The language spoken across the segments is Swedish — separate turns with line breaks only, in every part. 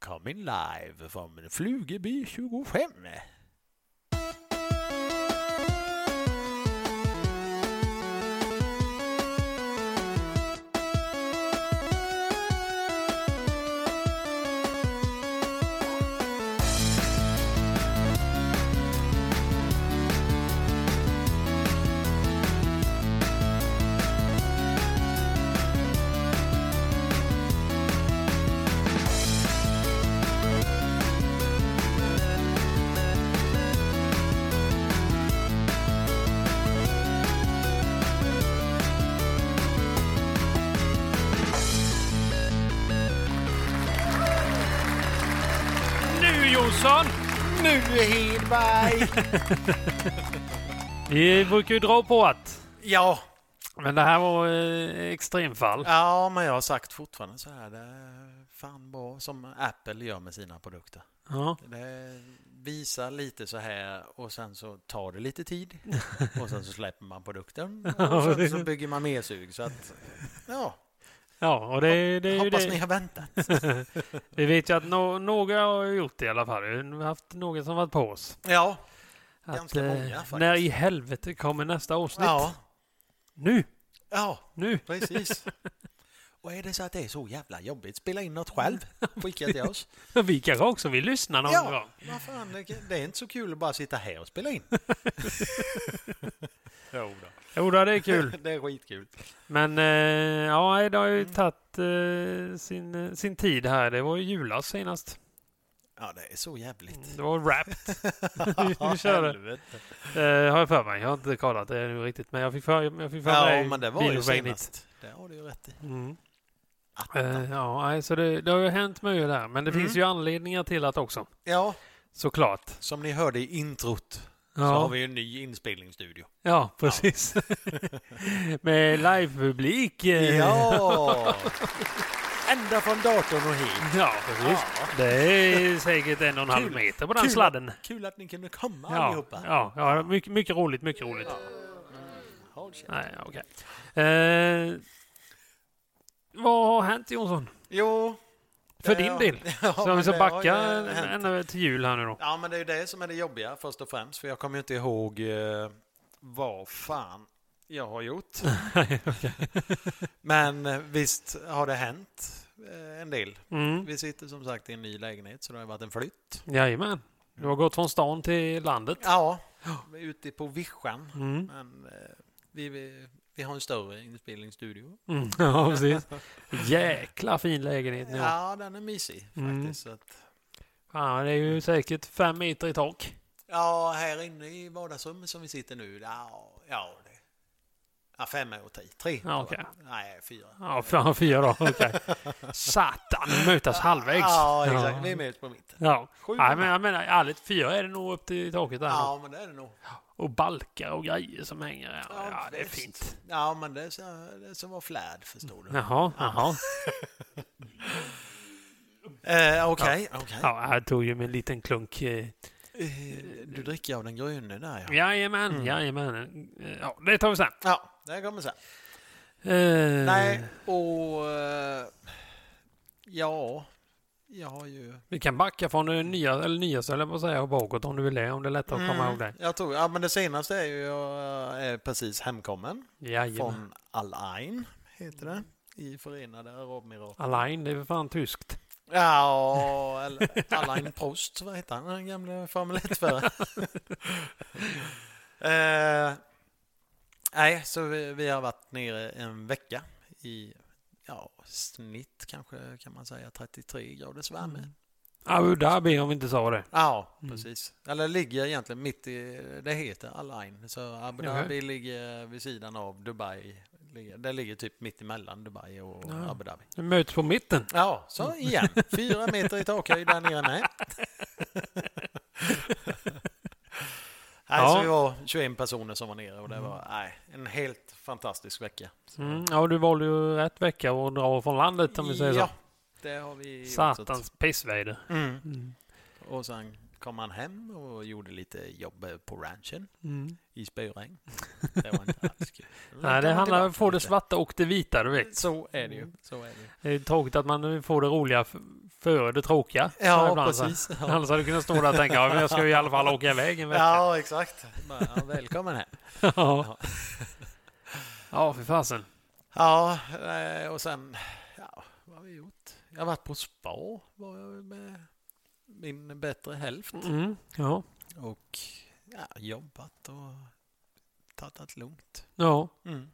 Coming live från Flugeby 25.
Nu Jonsson!
Nu Hedberg!
Vi brukar ju dra på att.
ja,
Men det här var eh, extremfall.
ja, men jag har sagt fortfarande så här. Det är fan bra som Apple gör med sina produkter.
Ja.
Det visar lite så här och sen så tar det lite tid och sen så släpper man produkten och sen så bygger man mer sug. Så att, ja,
Ja, och det, det är ju
hoppas ni
det.
har väntat.
Vi vet ju att no, några har gjort det i alla fall. Vi har haft några som varit på oss.
Ja,
Att,
Ganska
eh,
många, faktiskt.
När i helvete kommer nästa avsnitt?
ja,
Nu!
ja.
Nu!
Precis. Och är det så att det är så jävla jobbigt, spela in något själv. Skicka till oss.
Vi kanske också vill lyssna någon gång.
Ja, vad fan, det det är inte så kul att bara sitta här och spela in. jo då.
Jo, då, det är kul.
Det är skitkul.
Men eh, ja, det har ju tagit eh, sin, eh, sin tid här. Det var ju julas senast.
Ja, det är så jävligt.
Det var wrapped, Vi kör det.
Helvete.
eh, har jag för mig. Jag har inte kollat det nu riktigt, men jag fick för, jag fick för mig
Ja, men det var ju
bilvägen hit.
senast. Det har du ju rätt i.
Mm. Eh, ja, nej, så det, det har ju hänt mycket där, men det
Mm.
finns ju anledningar till att också.
Ja,
Såklart.
som ni hörde i introt så
Ja,
har vi ju en ny inspelningsstudio.
ja precis. Med livepublik. eh,
Ja! Ända från datorn och hit.
ja, precis.
Ja.
Det är säkert en och en halv
Kul.
meter på den
Kul.
sladden.
Kul att ni kunde komma
Ja,
allihopa.
ja, ja mycket, mycket roligt, mycket roligt.
Håll käft.
Nej, okej. Eh, vad har hänt Jonsson?
Jo.
För
det-
din del?
Ja,
Så
men
vi ska
det har
backa
ju hänt.
ända till jul här nu då.
Ja, men det är ju det som är det jobbiga först och främst. För jag kommer ju inte ihåg eh, vad fan jag har gjort. men eh, visst har det hänt eh, en del.
Mm.
Vi sitter som sagt i en ny lägenhet så det har varit en flytt.
Jajamän. Du har gått från stan till landet.
Ja, vi är ute på vischan.
Mm.
Men eh, vi, vi, vi har en större inspelningsstudio.
Mm. Ja, precis. Jäkla fin lägenhet ni har.
Ja, den är mysig faktiskt.
Mm.
Så att,
Fan, det är ju säkert fem meter i tak.
ja, här inne i vardagsrummet som vi sitter nu. Ja, ja det. Ja, fem är åt i. Tre.
Ja,
tror jag. Nej, fyra.
Ja, fan, fyra då. Okej. Satan, vi mötas halvvägs.
Ja, exakt. Vi är
Ja.
möts på mitten.
Ja.
Sju.
Nej, men jag menar ärligt, fyra är det nog upp till taket där.
Ja, men det är det nog.
Och balkar och grejer som hänger. Ja,
Ja,
ja det är
visst.
fint.
Ja, men det är, så, det är som var flärd, förstår du.
Jaha, jaha.
Eh, Okej, okej.
Ja, här tog ju med en liten klunk. eh,
Eh, Du dricker av den gröna där, ja. Mm.
Jajamän, jajamän. Eh, Ja, det tar vi sen.
Ja, det kommer sen.
Eh,
Nej, och... eh, Ja, jag har ju...
Vi kan backa från det nya, eller nya så höll jag på att säga, och bakåt om du vill det, om det är lättare att komma ihåg det.
Mm, Jag tror, ja men det senaste är ju jag är precis hemkommen
Jajamän.
från Al Ain, heter det, i Förenade Arabemiraten.
Alain, det är för fan tyskt.
Ja, eller Alain Prost, vad heter han, den gamle Formel 1-föraren? eh, nej, så vi, vi har varit nere en vecka i ja, snitt kanske kan man säga 33 graders värme.
Mm. Abu Dhabi om vi inte sa det.
Ja, precis. Eller ligger egentligen mitt i, det heter Al-Ain. Så Abu
Jaha.
Dhabi ligger vid sidan av Dubai. Ligger- Det ligger typ mitt emellan Dubai och
Ja.
Abu Dhabi.
Vi möts på mitten.
Ja, så igen. Fyra meter i takhöjd där nere med. Nej,
Ja.
så vi var 21 personer som var nere och det var nej, en helt fantastisk vecka. Så-
Mm, ja, du valde ju rätt vecka och dra från landet om vi säger
ja,
så.
det har vi gjort.
Satans pissväder.
Mm.
Mm.
Och sen kom han hem och gjorde lite jobb på ranchen
Mm.
i spöregn. Det var inte alls kul. Då
Nej,
kan
det
man
handlar om
tillbaka
att få det
lite.
svarta och det vita, du vet.
Så är det ju. Så är det ju.
Det är tråkigt att man får det roliga f- före det tråkiga.
Ja,
Ibland så här.
precis. Ja.
Annars hade du kunnat stå där och tänka, ja, men jag ska ju i alla fall åka iväg en vecka.
Ja, exakt. Bara, ja, välkommen hem.
Ja, ja för fasen.
Ja, eh, och sen, ja, vad har vi gjort? Jag har varit på spa var jag med min bättre hälft
Mm. Ja.
och ja, jobbat och tagit det lugnt.
Ja.
Mm.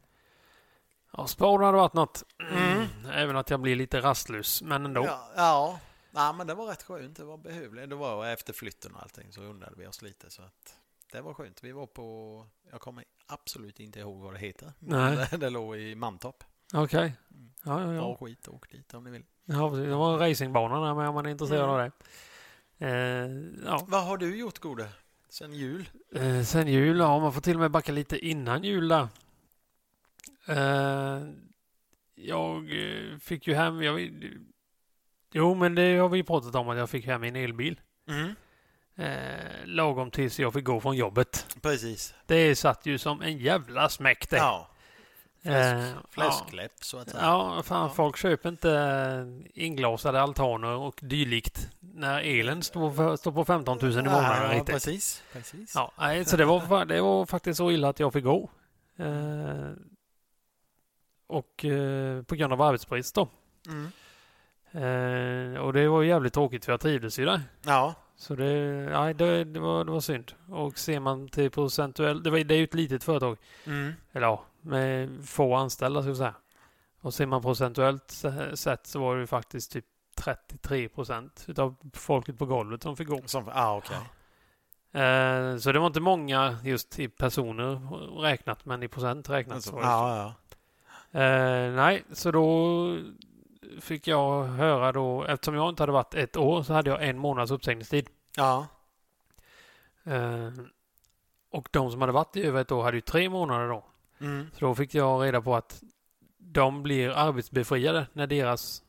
Ja, spår hade varit något.
Mm.
Även att jag blir lite rastlös, men ändå.
Ja, ja. Nej, men det var rätt skönt. Det var behövligt. Det var efter flytten och allting så undrade vi oss lite så att det var skönt. Vi var på, jag kommer absolut inte ihåg vad det heter.
Nej.
Det, det låg i Mantorp. Mm.
Okej. Ja, ja,
Bra
ja.
skit, åk dit om ni vill.
ja, precis. det var en racingbana där med om man är intresserad
Mm.
av det. Eh, ja.
Vad har du gjort gode? Sen jul?
Eh, sen jul, ja man får till och med backa lite innan jul där. Eh, jag eh, fick ju hem, jag, vill- jo men det har vi ju pratat om att jag fick hem min elbil.
Mm.
Eh, lagom tills jag fick gå från jobbet.
Precis.
Det satt ju som en jävla smäck det.
Ja.
Eh,
Fläskläpp så att
ja.
säga.
ja, fan
liksom. Ja.
folk köper inte eh, inglasade altaner och dylikt när elen står, för, står på 15 000 i månaden
Ja,
riktigt.
precis. precis.
Ja, nej, så det var, fa- det var faktiskt så illa att jag fick gå. Eh, och eh, på grund av arbetsbrist då.
Mm.
Eh, och det var ju jävligt tråkigt för jag trivdes ju där.
ja.
Så det, nej, det, det, var, det var synd. Och ser man till procentuell, det, var, det är ju ett litet företag,
Mm.
eller ja, med få anställda ska jag säga. Och ser man procentuellt se- sett så var det ju faktiskt typ 33 procent utav folket på golvet som fick gå.
Som, ah, okej.
Eh, Så det var inte många just i personer räknat, men i procent räknat.
Alltså,
Så. var det så.
ja, ja.
Eh, nej, så då fick jag höra då, eftersom jag inte hade varit ett år så hade jag en månads uppsägningstid.
Ja.
Eh, och de som hade varit i över ett år hade ju tre månader då.
Mm.
Så då fick jag reda på att de blir arbetsbefriade när deras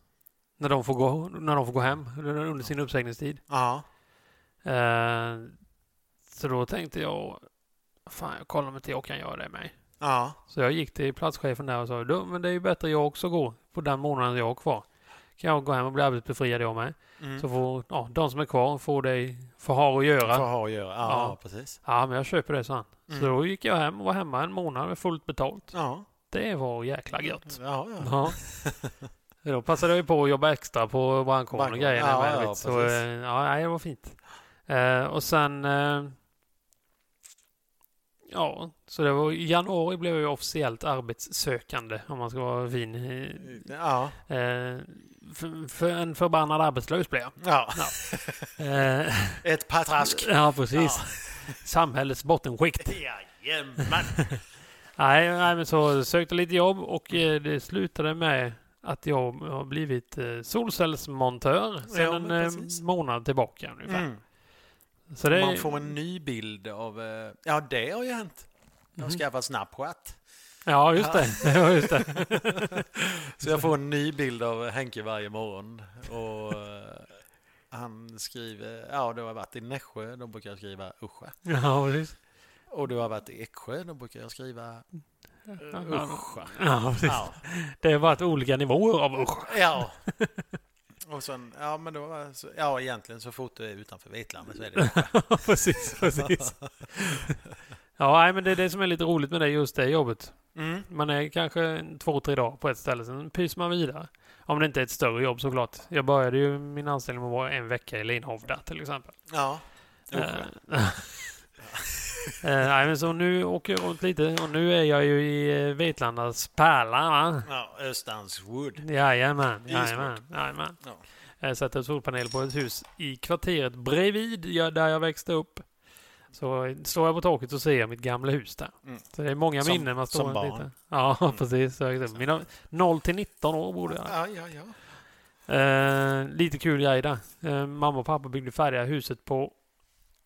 när de får gå, när de får gå hem under sin uppsägningstid.
Ja.
Eh, så då tänkte jag, fan jag kollar om inte jag kan göra det med.
Ja.
Så jag gick till platschefen där och sa, du, men det är ju bättre jag också går på den månaden jag har kvar. Kan jag gå hem och bli arbetsbefriad jag med.
Mm.
Så får ja, de som är kvar får dig, får ha att göra.
Får ha att göra. Ja,
Ja.
precis.
Ja, men jag köper det, sa han.
Mm.
Så då gick jag hem och var hemma en månad med fullt betalt.
Ja.
Det var jäkla gött.
Ja, ja.
Ja. Då passade jag ju på att jobba extra på brandkåren och
Brandkåren,
grejerna.
ja,
med,
ja,
vet, så,
precis.
eh, ja, nej, det var fint. Eh, och sen... Eh, ja, så det var i januari blev jag ju officiellt arbetssökande, om man ska vara fin. Eh,
Ja.
för, för en förbannad arbetslös blev jag.
ja.
Eh,
Ett patrask.
ja, precis. Samhällets bottenskikt.
Jajamän.
Nej, nej, men så sökte lite jobb och eh, det slutade med att jag har blivit eh, solcellsmontör
Ja,
sedan
men
en eh,
precis.
månad tillbaka ungefär.
Mm.
Så det,
Man får en ny bild av... eh, Ja, det har ju hänt. Jag har
Mhm.
skaffat Snapchat.
Ja, just det. Ja, just det.
Så jag får en ny bild av Henke varje morgon. Och eh, han skriver, ja du har varit i Nässjö, de brukar jag skriva Usche.
Ja, precis.
Och du har varit i Eksjö, de brukar jag skriva eh, Uscha.
Ja, precis.
Ja.
Det har varit olika nivåer av usch.
ja. Och sen, ja men då, var- så- ja egentligen så fort du är utanför Vetlanda så är det Eksjö.
precis, precis. Ja, nej, men det är det som är lite roligt med det, just det jobbet.
Mm.
Man är kanske en två, tre dagar på ett ställe, sen pyser man vidare. Om det inte är ett större jobb såklart. Jag började ju min anställning med att vara en vecka i Linhovda till exempel.
Ja.
Eh,
Usch.
Eh, Nej, men så nu åker jag runt lite och nu är jag ju i eh, Vetlandas pärla. Va?
Ja, Östans Wood.
Jajamän,
Isvård.
jajamän, jajamän.
Ja.
Jag sätter upp solpanel på ett hus i kvarteret bredvid jag- där jag växte upp. Så står jag på taket så ser jag mitt gamla hus där.
Mm.
Så det är många
Som-
minnen man står
som
och
barn.
tittar. Ja,
Mm.
precis. Så jag växte upp. Mina 0 till 19 år bodde jag.
Ja, ja, ja.
Eh, lite kul grej där. Eh, mamma och pappa byggde färdiga huset på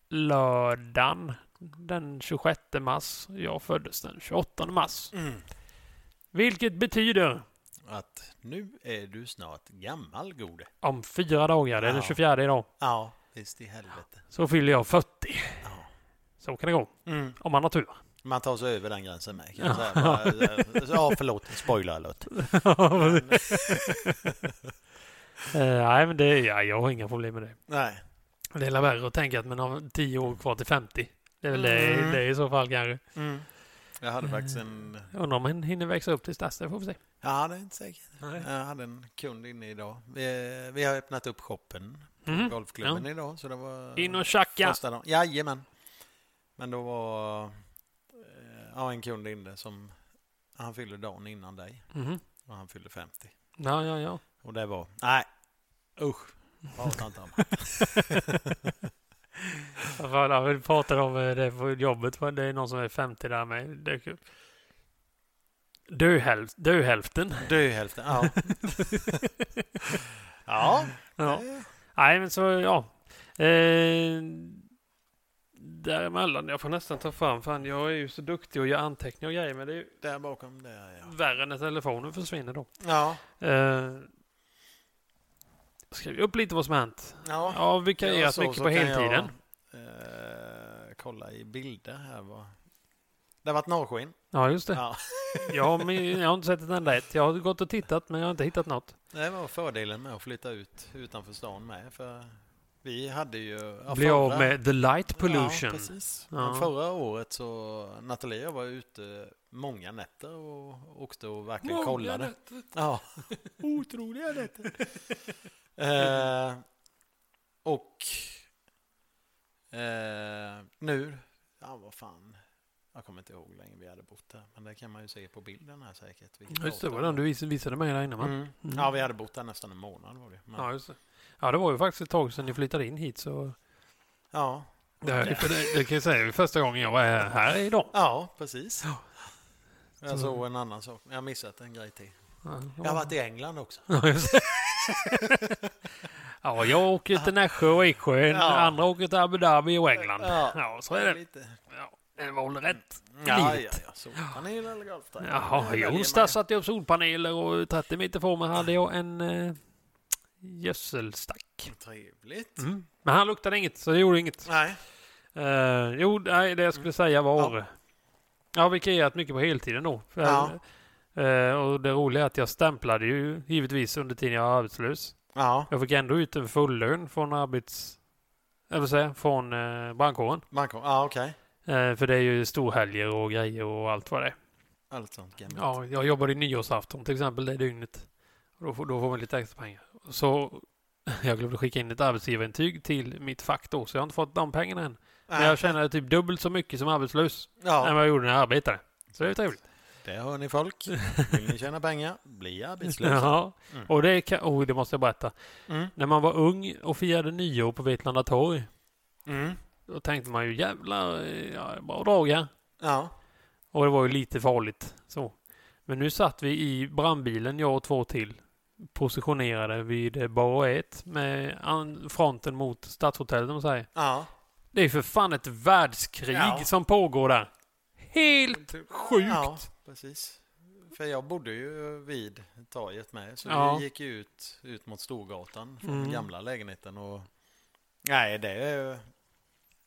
lördagen den 26 mars. Jag föddes den 28 mars.
Mm.
Vilket betyder
Att nu är du snart gammal gode.
om fyra dagar, det är den
Ja.
24 idag.
Ja, Visst i helvete.
Så fyller jag 40.
Ja.
Så kan det gå.
Mm.
Om man har tur.
Man tar sig över den gränsen med. Kan jag säga. Bara, eh, ja, förlåt. Spoiler alert.
Eh, nej, men det, ja, jag har inga problem med det.
Nej.
Det är väl värre att tänka att man har 10 år kvar till 50. Det är väl det,
Mm.
det i så fall kanske.
Mm. Jag hade faktiskt en...
Jag Undrar om han hinner växa upp till dess. Det får vi se.
Ja, det är inte säkert.
Nej.
Jag hade en kund inne idag. Vi, vi har öppnat upp shoppen,
Mhm.
golfklubben idag. Så det var
In och tjacka!
första dagen. Jajamän. Men då var eh, ja, en kund inne som... Han fyllde dagen innan dig
Mhm.
och han fyllde 50.
Ja, ja, ja.
Och det var... Nej, usch. Hatar inte han.
Vad fan, ja, Vi pratar om eh, det på jobbet. va? Det är någon som är 50 där med. Det är kul. Du, häl- du hälften.
Dö hälften, ja. ja.
Ja.
det-
Nej, men så ja. Eh, däremellan. Jag får nästan ta fram. Fan, jag är ju så duktig och gör anteckningar och grejer. Men det är ju
Där bakom där, ja.
värre när telefonen försvinner då.
Ja.
Eh, skriv upp lite vad som hänt.
ja.
Ja, vi kan
Ja,
göra
så-
mycket
så
på
kan
heltiden.
Jag, eh, kolla i bilder här. Vad... Det har varit norrsken.
Ja, just det.
Ja.
Ja, men jag har inte sett ett enda ett. Jag har gått och tittat, men jag har inte hittat något.
Det var fördelen med att flytta ut utanför stan med. För vi hade ju... ja,
Bli
förra-
av med the light
Ja,
pollution.
precis.
Ja.
Men Förra året så Nathalie och jag var ute många nätter och åkte och verkligen kollade. Ja. Otroliga nätter. eh, och eh, nu, ja vad fan. Jag kommer inte ihåg hur länge vi hade bott där. Men det kan man ju se på bilden här säkert. vilket
Just det,
datum
var den du vis- visade mig där innan, va?
Mm.
Mm.
Ja, vi hade bott där nästan en månad var det men,
Ja, just det. Ja, det var ju faktiskt ett tag sedan ni flyttade in hit, så...
ja.
Det, här, för det, det kan jag säga, det är första gången jag var här, här idag.
ja, precis. Jag
Så-
såg en annan sak. Jag har missat en grej till.
Ja,
Jag har varit i England också.
Ja, just det. Ja, jag åker till Nässjö och Eksjö,
Ja.
andra åker till Abu Dhabi och England.
Ja.
Ja, så är det.
Lite.
Ja, det var väl rätt.
Ja, ja,
Livet.
ja. Solpanel eller golfträ.
Jaha, i onsdag satte jag upp solpaneler och 30 meter från mig hade jag en eh, gödselstack.
Trevligt.
Men han luktade inget, så det gjorde inget.
Nej.
Eh, jo, nej, det jag skulle säga var... Ja, vi kan göra mycket på heltiden då. För,
Ja.
eh, och det roliga är att jag stämplade ju givetvis under tiden jag var arbetslös.
Ja,
Jag fick ändå ut en full lön från arbets... Eller vad säger jag? Från eh, brandkåren.
man kom. Ja, okej.
Eh, för det är ju storhelger och grejer och allt vad det är.
Allt sånt gammalt.
Ja, jag jobbade i nyårsafton till exempel det dygnet. Och Då får, då får man lite extra pengar. Så jag glömde skicka in ett arbetsgivarintyg till mitt fack då, så jag har inte fått de pengarna än. Men
Nej.
jag tjänade typ dubbelt så mycket som arbetslös än
ja.
vad jag gjorde när jag arbetade. Så det är ju trevligt.
Det hör ni folk. Vill ni tjäna pengar, bli arbetslösa.
Ja.
Mm.
Och det, kan, oh, det måste jag berätta.
Mm.
När man var ung och firade nyår på Vetlanda torg,
Mm.
då tänkte man ju jävlar, eh, ja, bra dagar.
Ja.
Och det var ju lite farligt så. Men nu satt vi i brandbilen, jag och två till, positionerade vid eh, bar 1 med an- fronten mot Stadshotellet, om man säger.
Ja.
Det är för fan ett världskrig
Ja.
som pågår där. Helt sjukt!
Ja, precis. För jag bodde ju vid torget med. Så
Ja.
vi gick ju ut, ut mot Storgatan från
Mm.
gamla lägenheten. Och... Nej, det... är-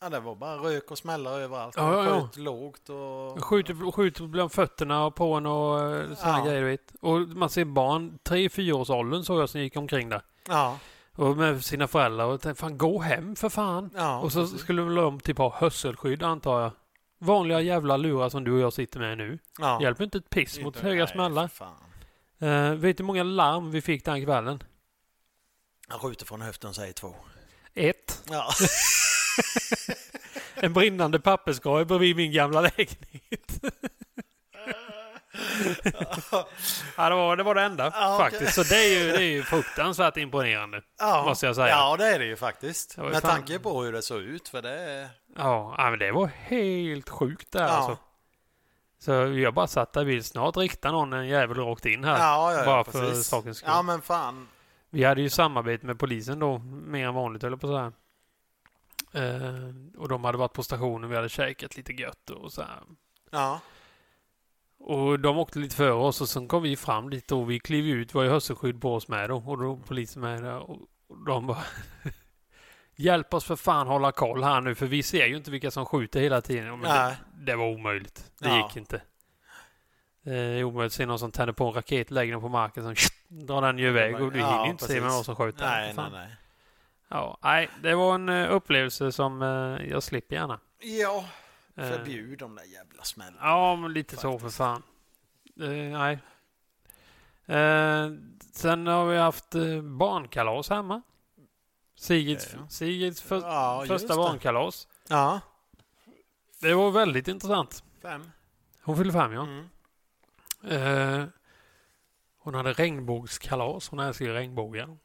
Ja, det var bara rök och smällar överallt.
Ja, ja, ja.
Sköt lågt och...
Skjuter, skjuter bland fötterna och på en och eh, såna
Ja.
grejer, du vet. Och man ser barn, tre, fyraårsåldern såg jag som gick omkring där.
Ja,
Och med sina föräldrar och tänkte, fan gå hem för fan.
ja.
och så
precis.
skulle väl de typ ha hörselskydd antar jag. Vanliga jävla lurar som du och jag sitter med nu.
ja.
Hjälper inte ett piss mot höga
Nej,
smällar.
för Fan.
Eh, vet du hur många larm vi fick den kvällen?
Jag skjuter från höften säger två.
Ett.
Ja.
En brinnande papperskorg bredvid min gamla lägenhet. ja, det var det, var det enda
Ja, okej.
faktiskt. Så det är, ju, det är ju fruktansvärt imponerande.
Ja.
Måste jag säga.
Ja, det är det ju faktiskt.
Det var ju
Med
fan-
tanke på hur det såg ut, för det är...
Ja, ja, men det var helt sjukt där
Ja.
alltså. Så jag bara satt där vid snart riktar någon en jävel rakt in här.
Ja, ja, ja,
bara för
precis.
sakens skull.
Ja, men fan.
Vi hade ju samarbete med polisen då, mer än vanligt höll jag på så här. Eh, och de hade varit på stationen, vi hade käkat lite gött och så här.
Ja,
Och de åkte lite före oss och sen kom vi fram dit och vi klev ut, var ju hörselskydd på oss med då. Och då var polisen med där och och de bara... Hjälp oss för fan hålla koll här nu, för vi ser ju inte vilka som skjuter hela tiden. Ja, Men det,
Nej.
det var omöjligt. Det
Ja.
gick inte. Eh, Det är omöjligt att se någon som tänder på en raket, lägger den på marken, sen drar den ju iväg och du
Ja,
hinner ju inte se
precis.
vem det var som sköt den.
Nej,
Fan.
nej, nej.
Ja, nej, det var en eh, upplevelse som eh, jag slipper gärna.
Ja,
Eh,
förbjud de där jävla smällarna.
Ja, men lite så för fan. Eh, nej. Eh, sen har vi haft eh, barnkalas hemma. Sigrids,
Okej, ja.
Sigrids för,
Ja, just
första
det.
barnkalas.
Ja,
Det var väldigt intressant.
fem.
Hon fyllde fem, ja.
Mm.
Eh, hon hade regnbågskalas. Hon älskar ju regnbågar.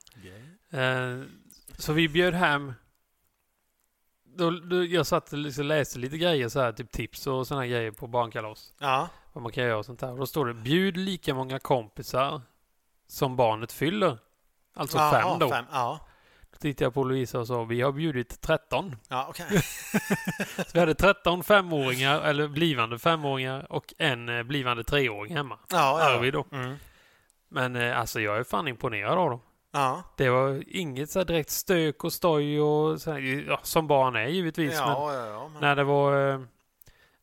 Eh, så vi bjöd hem... Då, då, jag satt och liksom läste lite grejer, så här, typ tips och såna här grejer på barnkalas.
Ja,
Vad man kan göra och sånt där. Och då står det bjud lika många kompisar som barnet fyller. Alltså
ja,
fem
ja,
då.
Fem. Ja,
Då tittade jag på Lovisa och sa vi har bjudit 13.
ja okej.
Så vi hade 13 femåringar, eller blivande femåringar och en eh, blivande treåring hemma.
Ja, ja.
Arvid då.
Mm.
Men eh, alltså jag är fan imponerad av dem.
Ja,
Det var inget så här direkt stök och stoj och så här, ja, som barn är givetvis. men
ja, ja, ja. Men,
När det var eh,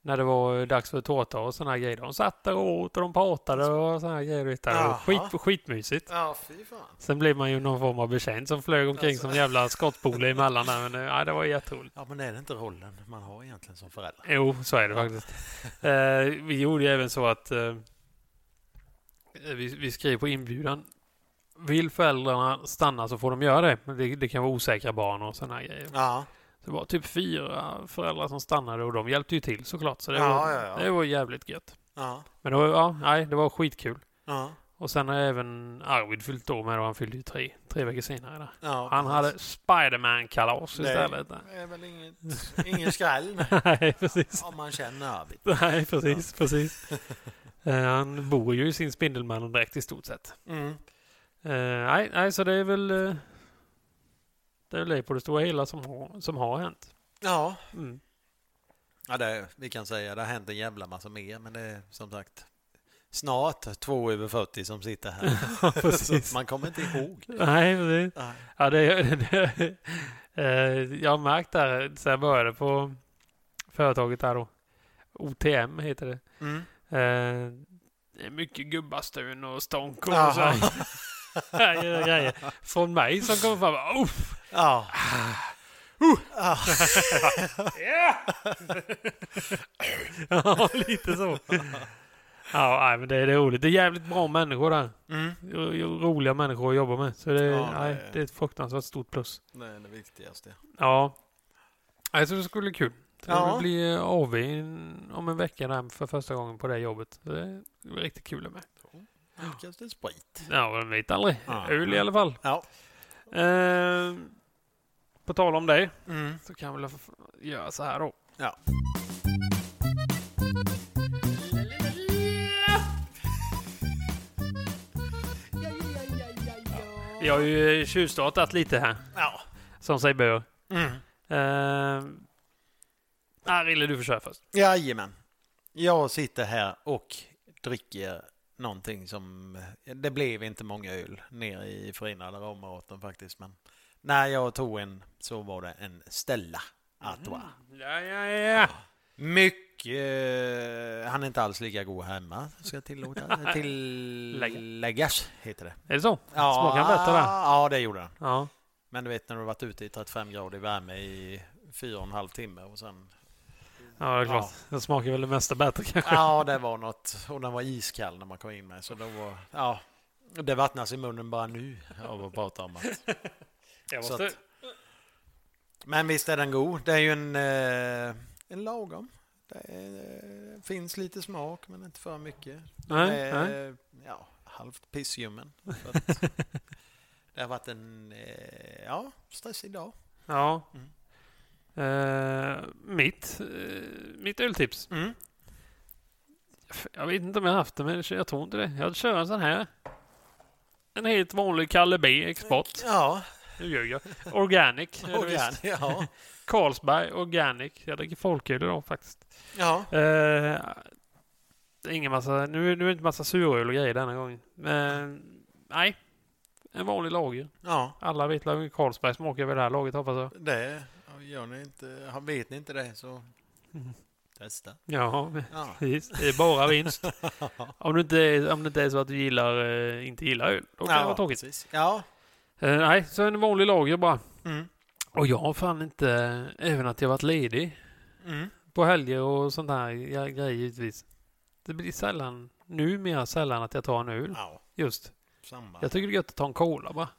när det var dags för tårta och sådana grejer. De satt där och åt och de pratade och sådana grejer. vet du. Det var
Jaha.
Skit, skitmysigt.
Ja, fy fan.
Sen blev man ju någon form av betjänt som flög omkring
Alltså.
som jävla skottpole emellan där. Men eh, ja, det var jätteroligt.
Ja, men det är inte rollen man har egentligen som förälder.
Jo, så är det faktiskt. Eh, vi gjorde ju även så att eh, vi, vi skrev på inbjudan. Vill föräldrarna stanna så får de göra det. Men det, det kan vara osäkra barn och sådana grejer.
Ja,
Det var typ fyra föräldrar som stannade och de hjälpte ju till såklart. Så det,
Ja,
var,
ja, ja.
det var jävligt gött.
ja,
Men det var, ja, nej, det var skitkul.
ja.
Och sen har även Arvid fyllt år med och han fyllde ju tre, tre veckor senare. Där.
ja
Han hade Spiderman-kalas
Nej.
istället.
Det är väl inget, ingen skräll
Nej, precis.
om man känner Arvid.
Nej, precis, precis. Eh, han bor ju i sin Spindelmannen direkt i stort sett.
Mm.
Eh, nej, nej, så det är väl eh, det är väl det på det stora hela som har, som har hänt.
Ja,
Mm.
ja det, vi kan säga det har hänt en jävla massa mer, men det är som sagt snart två över 40 som sitter här.
precis.
Så man kommer inte ihåg.
Nej, precis.
Nej.
Ja, det, det, eh, jag har märkt där sen jag började på företaget där då. OTM heter det.
Mm.
Eh, det är mycket gubbastön och stånk och
Jaha.
sådär. grejer från mig som kommer fram. Oh,
Ja. Ja.
ja, lite så. Ja, nej, men det är det är roligt. Det är jävligt bra människor där.
Mm.
Ro- ro- Roliga människor att jobba med. Så det,
Ja, det
nej,
är-
det är ett fruktansvärt stort plus.
Det är det viktigaste.
Ja. Nej, så det skulle bli kul. Så
Ja.
Det blir eh, AV in- om en vecka där för första gången på det jobbet. Så Det blir riktigt kul det med.
Viktigaste är sprit.
Ja, man vet aldrig.
Ja.
Öl i alla fall.
Ja.
Eh, på tal om det
Mm.
så kan vi väl f- göra så här då.
Ja.
Vi har ju eh, tjuvstartat lite här,
Ja.
som sig bör.
Mm.
Eh, ah, Rille, du får köra först.
Jajamän. Jag sitter här och dricker någonting som... Det blev inte många öl nere i Förenade Ramaraten faktiskt, men när jag tog en så var det en Stella Artois.
Ja, ja, ja. Mm.
Mycket... eh, Han är inte alls lika god hemma, ska jag tillåta. Tilläggas heter det.
Är det så? Smakar han bättre där?
Ja, det gjorde han.
Ja.
Men du vet när du har varit ute i 35 grader i värme i fyra och en halv timme och sen...
Ja, det är klart. Den smakar väl det mesta bättre kanske.
Ja, det var något. Och den var iskall när man kom in med. Så då var... Ja, det vattnas i munnen bara nu av att prata om det.
Jag
måste- Men visst är den god. Det är ju en, eh, en lagom. Det är, eh, finns lite smak, men inte för mycket. det
Nej, nej.
är, ja, halvt pissljummen. Så att Det har varit en eh, ja, stressig dag.
Ja.
Mm.
Eh, mitt, eh, mitt öltips.
Mm.
Jag vet inte om jag har haft det, men jag tror inte det. Jag kör en sån här. En helt vanlig Kalle B Export.
Ja,
Nu ljög jag. Organic. är det visst.
organ, ja.
Carlsberg Organic. Jag dricker folköl idag faktiskt.
ja.
Eh, det är ingen massa, nu, nu är det inte massa suröl och grejer denna gången. Men nej. En vanlig lager.
Ja,
Alla vet väl Carlsberg smakar väl det här laget hoppas jag.
det gör ni inte. Vet ni inte det så
Mm.
testa.
Ja,
Ja,
precis. Det är bara vinst. om, du inte är, om det inte är så att du gillar, eh, inte gillar öl, då kan det vara tråkigt.
precis. Ja.
Eh, nej, så en vanlig lager bara.
Mm.
Och jag har fan inte, även att jag varit ledig
Mm.
på helger och sånt här ja, grejer givetvis. Det blir sällan, numera sällan att jag tar en öl.
Ja,
Just.
samma.
Jag tycker det är gött att ta en cola bara.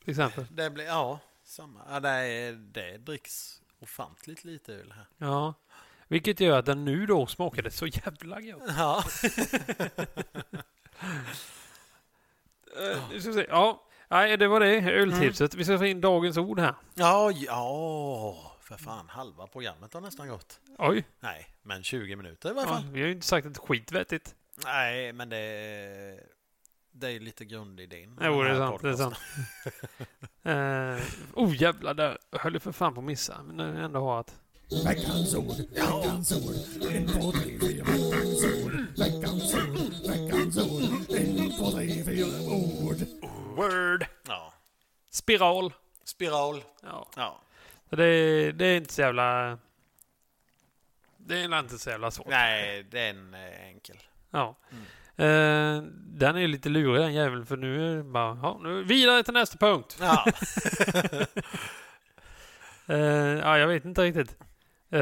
Till exempel.
Det blir, ja, samma. Ja, det, är, det dricks ofantligt lite öl här.
Ja. Vilket gör att den nu då smakade så jävla gott.
Ja.
Eh, Mm. nu ska vi se. Ja, nej, det var det. Öltipset. Vi ska få in dagens ord här.
ja, ja, för fan. Halva programmet har nästan gått.
Oj.
Nej, men 20 minuter i varje
Ja,
fall.
vi har ju inte sagt ett skit vettigt.
Nej, men det, det är lite grundidén. med
Jo,
den
det är
här
sant. Det är sant. Eh, oh jävlar, där höll jag för fan på att missa. Men nu ändå har att...
Veckans ord, veckans ord, en, två, tre, fyra, veckans ord, veckans ord, veckans ord, en, två, tre, fyra, ord.
Word!
podcasten. Ja.
Spiral.
Spiral.
Ja.
Ja.
Så Det, är- det är inte så jävla... Det är inte så jävla svårt.
Nej, Mm. den är enkel.
Ja. Eh, den är ju lite lurig den jäveln för nu är det bara, ja, nu vidare till nästa punkt.
Ja.
Eh, ja, jag vet inte riktigt. Eh,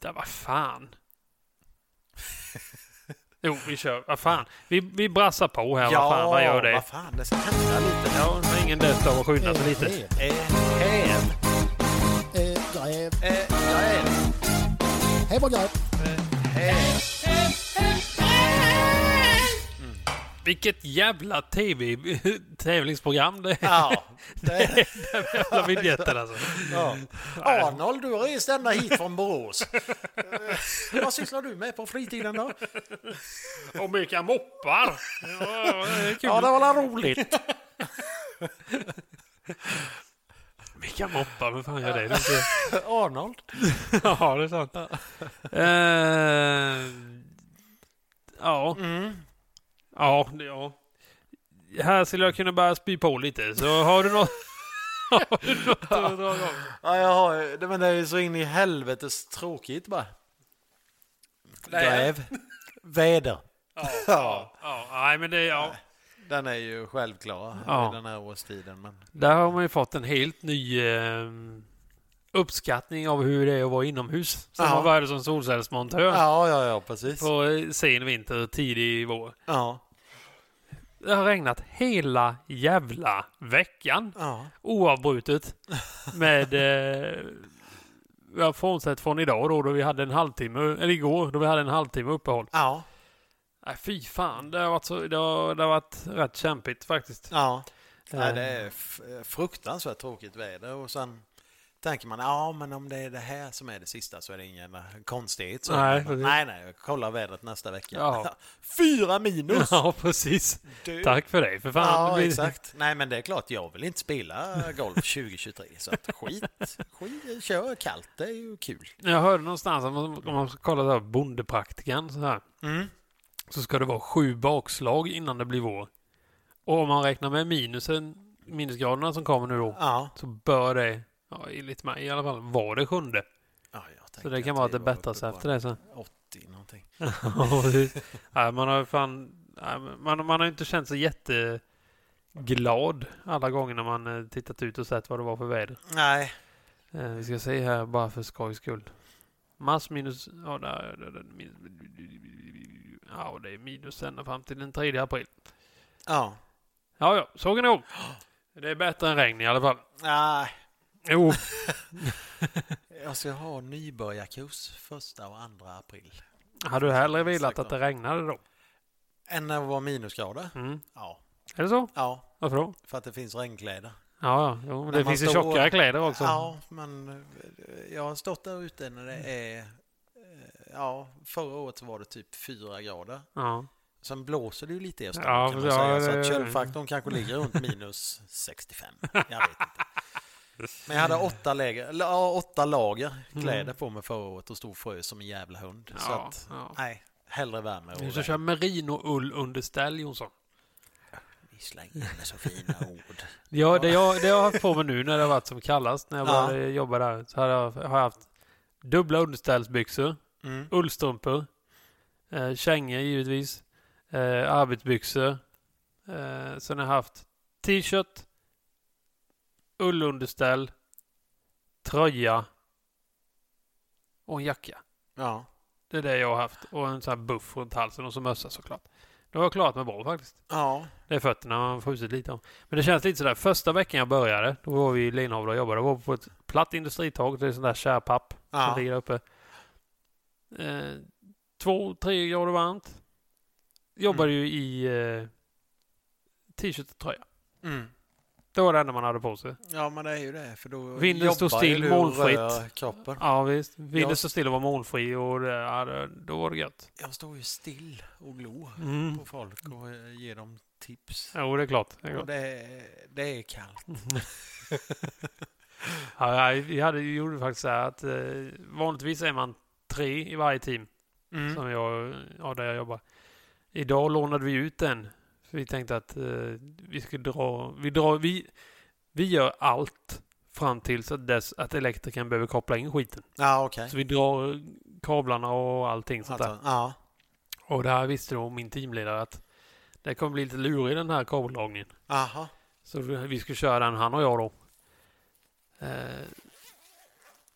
ja, vad fan. jo, vi kör. Vad fan. Vi, vi brassar på här. vad fan, vad gör det?
Vad fan, det ska hända lite.
Ja, men ingen död av att skynda sig Alltså, lite.
Eh, häv.
Eh, Gräv,
Eh, jag är
häv och gräv.
häv.
Vilket jävla tv-tävlingsprogram det är.
Ja. Det,
Den jävla vinjetten alltså.
ja. Arnold, du har rest ända hit från Borås. Eh, Vad sysslar du med på fritiden då?
Och mycket moppar. Ja, det är kul.
Ja, det var väl roligt.
Vilka moppar? Vem fan gör det? det? är inte-
Arnold?
ja, det är sant. Eh, ja. Ja, det- ja. Här skulle jag kunna börja spy på lite. Så har du något? har du något att dra igång?
Ja, jag har, det- men det är ju så in i helvetes tråkigt bara. Gräv. Väder.
Ja, ja, ja, nej, men det, ja.
Den är ju självklar
Ja.
i den här årstiden. Men...
Där har man ju fått en helt ny eh, uppskattning av hur det är att vara inomhus. Sen
Ja.
man började som solcellsmontör
Ja, ja, ja, precis.
på eh, sen vinter, tidig vår.
Ja,
Det har regnat hela jävla veckan.
ja.
oavbrutet med eh, ja, frånsett från idag då, då vi hade en halvtimme, eller igår då vi hade en halvtimme uppehåll.
Ja,
Nej, fy fan, det har, varit så, det, har, det har varit rätt kämpigt faktiskt.
ja. Nej,
Eh,
det är f- fruktansvärt tråkigt väder och sen tänker man ja men om det är det här som är det sista så är det ingen konstighet. Så
Nej,
men,
precis.
nej, nej, jag kollar vädret nästa vecka.
Ja.
Fyra minus!
Ja, precis.
Du.
Tack för dig, för fan. det
Ja,
blir-
exakt. Nej, men det är klart, jag vill inte spela golf 2023 så att skit, skit, kör kallt, det är ju kul.
Jag hörde någonstans, om man, om man ska kolla så här, bondepraktikan så här, så ska det vara sju bakslag innan det blir vår. Och om man räknar med minusen, minusgraderna som kommer nu då,
Ja.
så bör det, ja, enligt mig i alla fall, vara det sjunde.
ja jag
Så
tänker
det kan vara att det
var
bättrar sig
uppe på
efter det sen.
80 någonting.
Ja, precis. Nej, man har ju fan... nej, Man, man har ju inte känt sig jätteglad alla gånger när man eh, tittat ut och sett vad det var för väder.
Nej,
Eh, Vi ska se här bara för skojs skull. Mars minus... Ja, där, där, där, minus, ja och det är minus ända fram till den 3 april.
ja.
Ja, ja, såg ni om. Det är bättre än regn i alla fall.
Nej.
Jo,
Jag ska ha nybörjarkurs första och andra april.
hade du hellre velat att det regnade då?
Än att vara minusgrader?
Mm.
Ja.
Är det så?
Ja,
Varför då?
för att det finns regnkläder.
Ja, ja. Jo, men
När
det
man
finns ju
står-
tjockare kläder också.
Ja, men eh, jag har stått där ute när det
Mm.
är... eh, Ja, förra året så var det typ fyra grader.
ja.
Sen blåser det ju lite i stan
Ja,
kan man
ja,
säga.
det
Så att
gör det.
köldfaktorn kanske ligger runt minus 65. Jag vet inte. Men jag hade åtta, läger, eller, ja, åtta lager kläder på mig förra året och stod frös som en jävla hund. Så
Mm. Ja,
att,
ja.
nej, hellre värme och
Du ska
regn.
köra merino-ull under ställ, Jonsson.
släng in med så fina ord.
Ja, det, jag, det har jag haft på mig nu när det har varit som kallast, när jag
Ja.
började jobba där, så har jag, har jag haft dubbla underställsbyxor,
Mm.
ullstrumpor, eh, kängor givetvis, eh, arbetsbyxor. Eh, sen har jag haft t-shirt, ullunderställ, tröja och en jacka.
Ja.
Det är det jag har haft. Och en sån här buff runt halsen och så mössa såklart. Det har jag klarat mig bra faktiskt.
Ja.
Det är fötterna man har frusit lite om. Men det känns lite sådär. Första veckan jag började, då var vi i Linhavla och jobbade. Då var vi på ett platt industritag. Det är sån där kärpapp som
Ja.
ligger där uppe. Eh, två, tre grader varmt. Jobbade ju i eh, t-shirt och tröja.
Mm.
Det var det enda man hade på sig.
ja, men det är ju det. För då
Vinden står
jobbar
still,
ju du och rör
molnfritt.
kroppen.
Ja visst. Vinden
Ja.
stod still och var molnfri och det, ja, det, då var det gött.
Jag står ju still och glor
Mm.
på folk och eh, ger dem tips.
Jo, det är klart. Det är klart.
Och det, är- det är kallt.
Ja, ja, vi hade, vi gjorde faktiskt så här att eh, vanligtvis är man tre i varje team
Mm.
som jag, ja, där jag jobbar. Idag lånade vi ut den. För vi tänkte att eh, vi skulle dra, vi drar, vi, vi gör allt fram till så att dess att elektrikern behöver koppla in skiten.
Ja, okej.
Så vi drar kablarna och allting sånt där.
Alltså, Ja.
Och det här visste då min teamledare att det kommer bli lite lurig den här kabeldragningen.
Aha.
Så vi skulle köra den, han och jag då. Eh,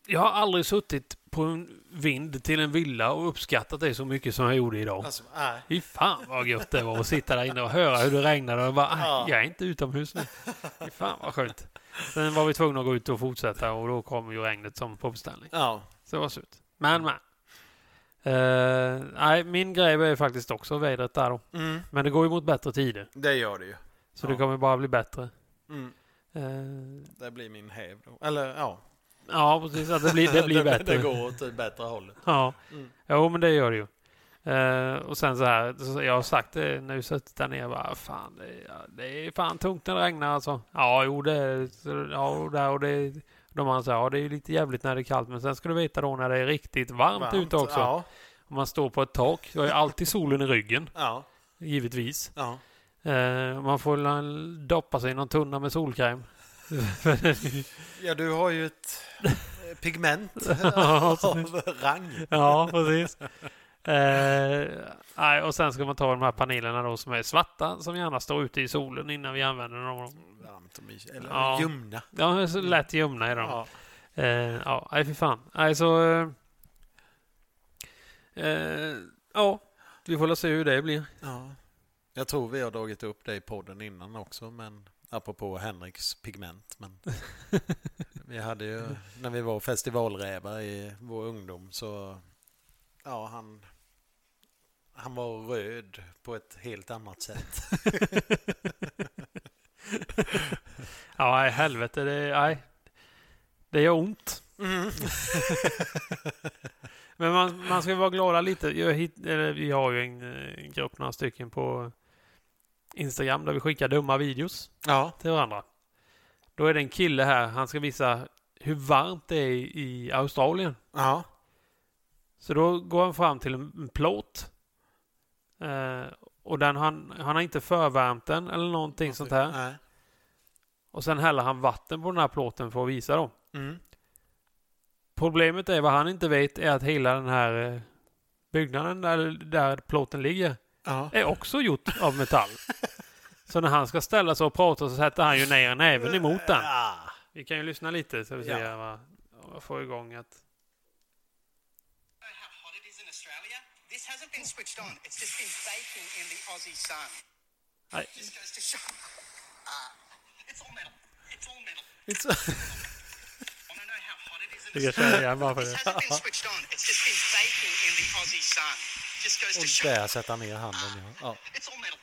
jag har aldrig suttit på en vind till en villa och uppskattat det så mycket som jag gjorde idag.
Alltså, nej.
Fy fan vad gött det var att sitta där inne och höra hur det regnade och bara, "Aj, jag är inte utomhus nu. Fy fan vad skönt. Sen var vi tvungna att gå ut och fortsätta och då kom ju regnet som på beställning.
Ja.
Så det var slut. Men men. Eh, nej, min grej är faktiskt också vädret där då.
Mm.
Men det går ju mot bättre tider.
Det gör det ju.
Så
Ja.
det kommer bara bli bättre.
Mm.
Eh,
Det blir min häv då. Eller ja.
Ja, precis. Att det blir, det blir bättre.
Det går åt ett bättre håll.
Ja.
Mm.
Jo, men det gör det ju. Eh, och sen så här, så jag har sagt det när vi suttit där nere, bara, fan, det är, ja, det är fan tungt när det regnar alltså. Ja, jo, det är, så- ja, och där och det de man säger, ja, det är ju lite jävligt när det är kallt, men sen ska du veta då när det är riktigt varmt, ute också.
Ja.
Om man står på ett tak, då är alltid solen i ryggen,
Ja.
givetvis.
Ja.
Eh, man får väl doppa sig i någon tunna med solkräm.
Ja, du har ju ett eh, pigment
Ja,
av rang.
Ja, precis. Eh, nej, och sen ska man ta de här panelerna då som är svarta som gärna står ute i solen innan vi använder dem.
Varmt och mysigt. Eller
Ja.
ljumna.
De är så lätt ljumna i dem.
Ja.
Eh, ja, nej fy fan. Nej, så... Eh, eh, ja, vi får väl se hur det blir.
Ja. Jag tror vi har dragit upp det i podden innan också, men apropå Henriks pigment. Men vi hade ju, när vi var festivalrävar i vår ungdom så, ja, han, han var röd på ett helt annat sätt.
Ja, nej, helvete. Det, nej. det gör ont.
Mm.
Men man, man ska vara glada lite. Jag hit, eller, vi har ju en, eh, en grupp, några stycken på Instagram där vi skickar dumma videos.
Ja.
till varandra. Då är det en kille här, han ska visa hur varmt det är i i Australien.
Ja.
Så då går han fram till en en plåt. Eh, och den han, han har inte förvärmt den eller någonting sånt här.
Nej.
Och sen häller han vatten på den här plåten för att visa dem.
Mm.
Problemet är vad han inte vet är att hela den här eh, byggnaden där, där plåten ligger
Ja.
är också gjort av metall. Så när han ska ställa sig och prata så sätter han ju ner näven emot den.
Ja.
Vi kan ju lyssna lite så vi
Ja.
ser vad, vad får igång att...
know how hot it is in Australia? This hasn't been switched on. It's just been baking in the Aussie sun.
Nej,
Just goes to show. Ah, it's all metal. It's all metal. Want to know how hot it is in
jag
Australia?
känner igen bara för
This
det.
hasn't been switched on. It's just been baking in the Aussie sun. Just goes
Och
to show.
där sätter han ner handen. Ja. Ja.
It's all metal.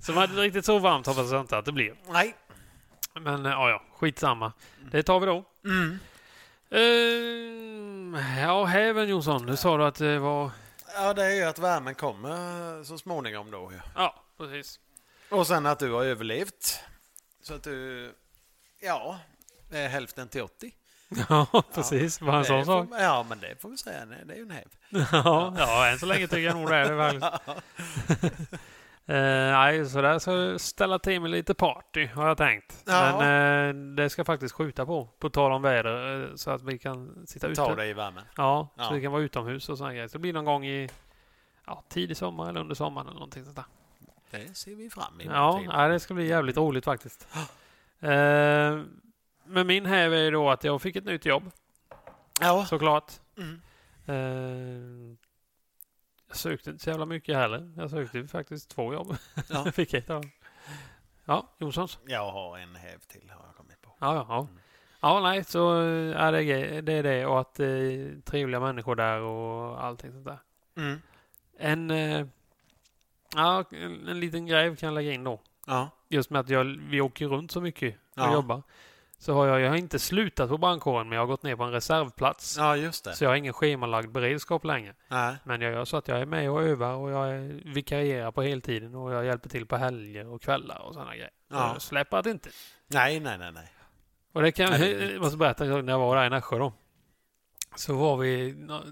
Så man, riktigt så varmt hoppas jag inte att det blir.
Nej.
Men eh, ja, ja, skitsamma. Det tar vi då. Mm. Ehm, ja, häven Jonsson, nu sa du att det var...
Ja, det är ju att värmen kommer så småningom då. ju.
Ja, precis.
Och sen att du har överlevt. Så att du, ja, det är hälften till 80.
Ja, precis. Bara en sån
det
sak.
får, ja, men det får vi säga. Nej, det är ju en häv.
Ja, ja, än så länge tycker jag nog det är det faktiskt. Eh, nej, så där ska jag ställa till med lite party har jag tänkt.
Ja.
Men eh, det ska jag faktiskt skjuta på. På tal om väder. Eh, så att vi kan sitta ute.
Ta dig i värmen.
Ja,
Ja.
så vi kan vara utomhus och sådana grejer. Så det blir någon gång i ja, tidig sommar eller under sommaren eller någonting sånt där.
Det ser vi fram emot.
Ja,
till.
nej, det ska bli jävligt roligt faktiskt. Eh, men min häv är ju då att jag fick ett nytt jobb
ja.
såklart.
Mm.
Eh, jag sökte inte så jävla mycket heller. Jag sökte faktiskt två jobb.
Ja.
Jag fick ett av dem. Ja, Jonssons.
Jag har en häv till har jag kommit på.
Ja, ja, ja.
Mm.
Ja, nej, så eh, är det, grej- det är det och att eh, trevliga människor där och allting sånt där.
Mm.
En, eh, ja, en en liten grej kan jag lägga in då.
Ja.
Just med att jag, vi åker runt så mycket och
Ja.
jobbar. Så har jag, jag har inte slutat på brandkåren men jag har gått ner på en reservplats.
ja, just det.
Så jag har ingen schemalagd beredskap längre.
Nej.
Men jag gör så att jag är med och övar och jag är- vikarierar på heltiden och jag hjälper till på helger och kvällar och sådana grejer. Så
Ja.
Jag släpper det inte.
nej, nej, nej, nej.
Och det kan
Nej, det är
jag måste berätta en sak. när jag var där i Nässjö då. Så var vi, nå-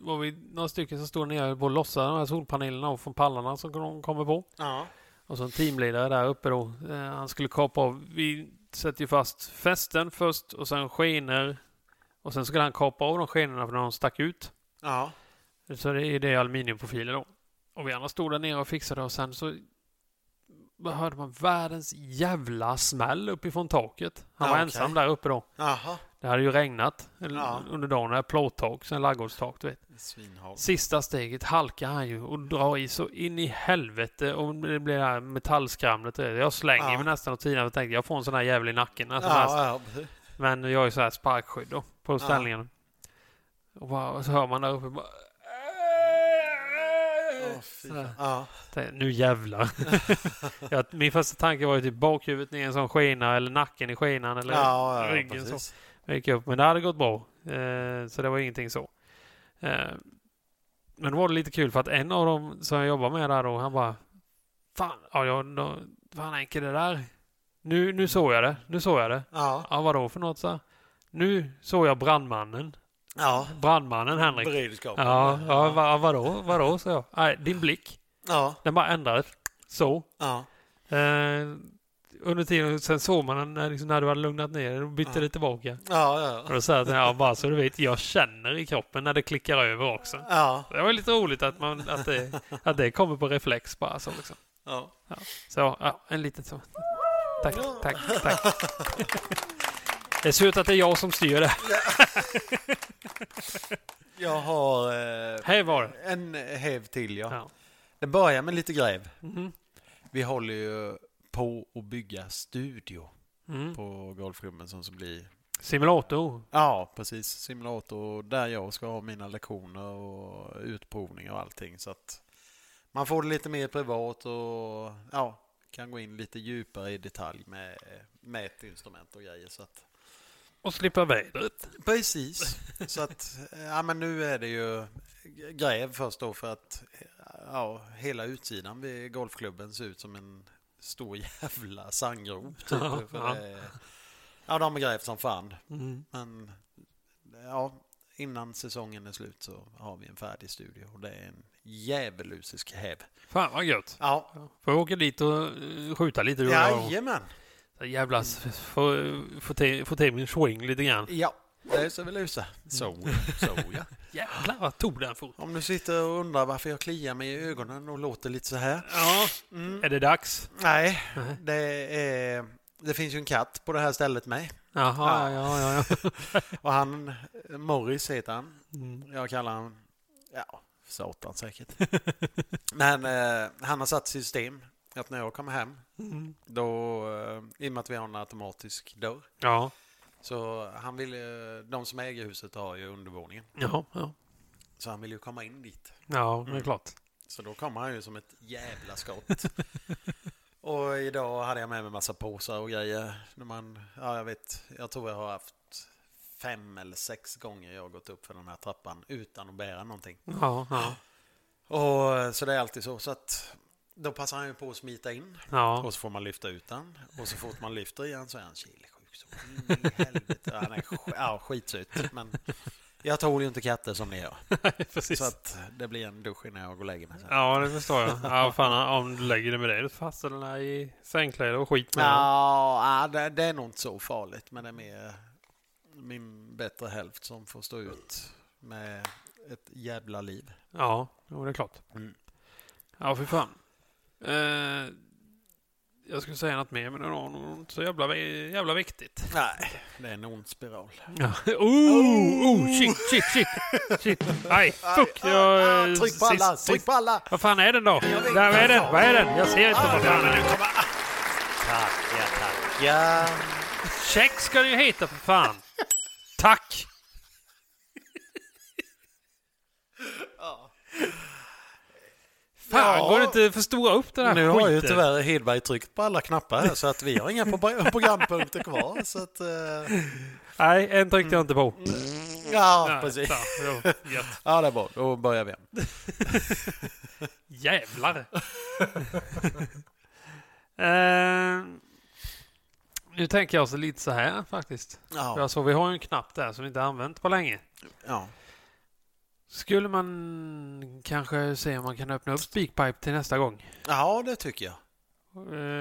var vi några stycken som stod nere på och lossade de här solpanelerna och från pallarna som de kommer på.
Ja.
Och så en teamledare där uppe då. Eh, han skulle kapa av. Vi sätter ju fast fästen först och sen skenor. Och sen skulle han kapa av de skenorna för när de stack ut.
Ja.
Så det är det är aluminiumprofiler då. Och vi andra stod där nere och fixade och sen så hörde man världens jävla smäll uppifrån taket. Han
Ja,
var
okej.
ensam där uppe då.
Jaha.
Det hade ju regnat eller,
Ja.
under dagen. Det här plåttak, sen laggårdstak du vet.
Svinhål.
Sista steget halkar han ju och drar i så in i helvete och det blir det här metallskramlet. du vet. Jag slänger
Ja.
mig nästan åt sidan och tänkte jag får en sån här jävel i nacken. när som helst.
Ja, ja. precis.
Men jag är ju så här sparkskydd då, på ställningen. Och, bara, och så hör man där uppe bara...
Åh, fy
Så här.
fan. Ja.
Tänkte, Nu jävlar. jag, min första tanke var ju typ bakhuvudet ner i en sån skena eller nacken i skenan eller
Ja, ja, ja,
ryggen. Så.
precis.
Jag gick upp, men det hade gått bra. Eh, så det var ingenting så. Eh, men då var det lite kul för att en av dem som jag jobbar med där då, han bara Fan, ja, jag, då, fan Henke det där. Nu, nu såg jag det. Nu såg jag det.
Ja.
Ja, vadå för något så? Nu såg jag brandmannen.
Ja.
Brandmannen Henrik.
Beredskapen.
Ja, ja va, vadå, vadå, sa jag. Nej, din blick.
Ja.
Den bara ändrades. Så.
Ja.
Eh, under tiden, sen såg man den när, liksom, när du hade lugnat ner dig. Då bytte
Ja.
det tillbaka.
Ja,
Och
ja.
då sa jag till honom, bara så du vet, jag känner i kroppen när det klickar över också.
Ja.
Det var lite roligt att, man, att, det, att det kommer på reflex bara så liksom.
Ja.
Så, ja, en liten så. Tack, tack, tack. Det är surt att det är jag som styr det.
Jag har eh,
Hej var det.
en häv till, ja.
Ja.
Det börjar med lite gräv.
Mhm.
Vi håller ju på att bygga studio
Mm.
på golfrummen som så blir...
Simulator.
Ja, precis. Simulator där jag ska ha mina lektioner och utprovningar och allting. Så att man får det lite mer privat och ja, kan gå in lite djupare i detalj med mätinstrument och grejer. Så att
Och slippa vädret.
Precis. Så att, eh, ja men nu är det ju gräv först då för att eh, ja, hela utsidan vid golfklubben ser ut som en stor jävla sandgrop. Typ.
Ja,
för
ja.
Det, är- ja, de har grävt som fan.
Mm.
Men ja, innan säsongen är slut så har vi en färdig studio och det är en djävulusisk häv.
Fan vad gött.
Ja,
Får jag åka dit och eh, skjuta lite då? Ja,
jajamän.
Jävlar, s- få få till- få till min swing lite grann.
Ja, det ser väl ut så. Så, så ja.
Jävlar vad tog den fort.
Om du sitter och undrar varför jag kliar mig i ögonen och låter lite så här.
Ja,
Mm.
är det dags?
Nej,
Nej.
det, är, det finns ju en katt på det här stället med.
Jaha, ja, ja, ja.
Och han, Morris heter han.
Mm.
Jag kallar han, ja, Satan säkert. Men eh, han har satt system att när jag kommer hem,
Mm.
då, eh, i och med att vi har en automatisk dörr,
Ja,
så han vill, eh, de som äger huset har ju undervåningen.
ja, ja.
Så han vill ju komma in dit.
Ja, det är
Mm.
klart.
Så då kommer han ju som ett jävla skott. och idag hade jag med mig massa påsar och grejer. När man, ja, jag, vet, jag tror jag har haft fem eller sex gånger jag har gått upp för den här trappan utan att bära någonting.
Ja, ja.
Och, så det är alltid så. så att, då passar han ju på att smita in
ja.
och så får man lyfta ut den. Och så fort man lyfter igen så är han kilsjuk. så in i helvete. Ja, han är sk- ja, skitsyt. Men jag tål ju inte katter som ni gör.
Precis.
Så att det blir en dusch innan jag går och lägger mig. Sen.
Ja, det förstår jag. Ja, fan, om du lägger det med dig, du fastnar i sängkläder och skit med den.
Ja, ja, det, det är nog inte så farligt, men det är mer min bättre hälft som får stå ut med ett jävla liv.
Ja, jo, det är klart.
Mm.
Ja, för fan. Eh, jag skulle säga något mer, men det var nog inte så jävla, vi- jävla viktigt.
Nej, det är en ond spiral.
Ja. Oh, oh, shit, shit, shit. shit. Aj, fuck. Jag, eh,
tryck på alla!
sist-
Tryck på alla!
Vad fan är den då? Där är den. Vad är den? Jag ser inte vad fan den är.
Tack, ja, tack. Ja.
Check ska du ju heta för fan. Tack. Fan,
Ja.
går det inte att förstora upp den här
Nu
skiten?
har ju tyvärr Hedberg tryckt på alla knappar här, så att vi har inga pro- programpunkter kvar. Så att, eh,
Nej, en tryckte jag inte på.
Mm. ja,
Nej,
precis.
fan, det var gött.
Ja, det är bra. Då börjar vi igen.
Jävlar. Eh, nu tänker jag så lite så här faktiskt.
Ja.
Jag såg Alltså, vi har ju en knapp där som vi inte har använt på länge.
Ja.
Skulle man kanske se om man kan öppna upp Speakpipe till nästa gång?
ja, det tycker jag.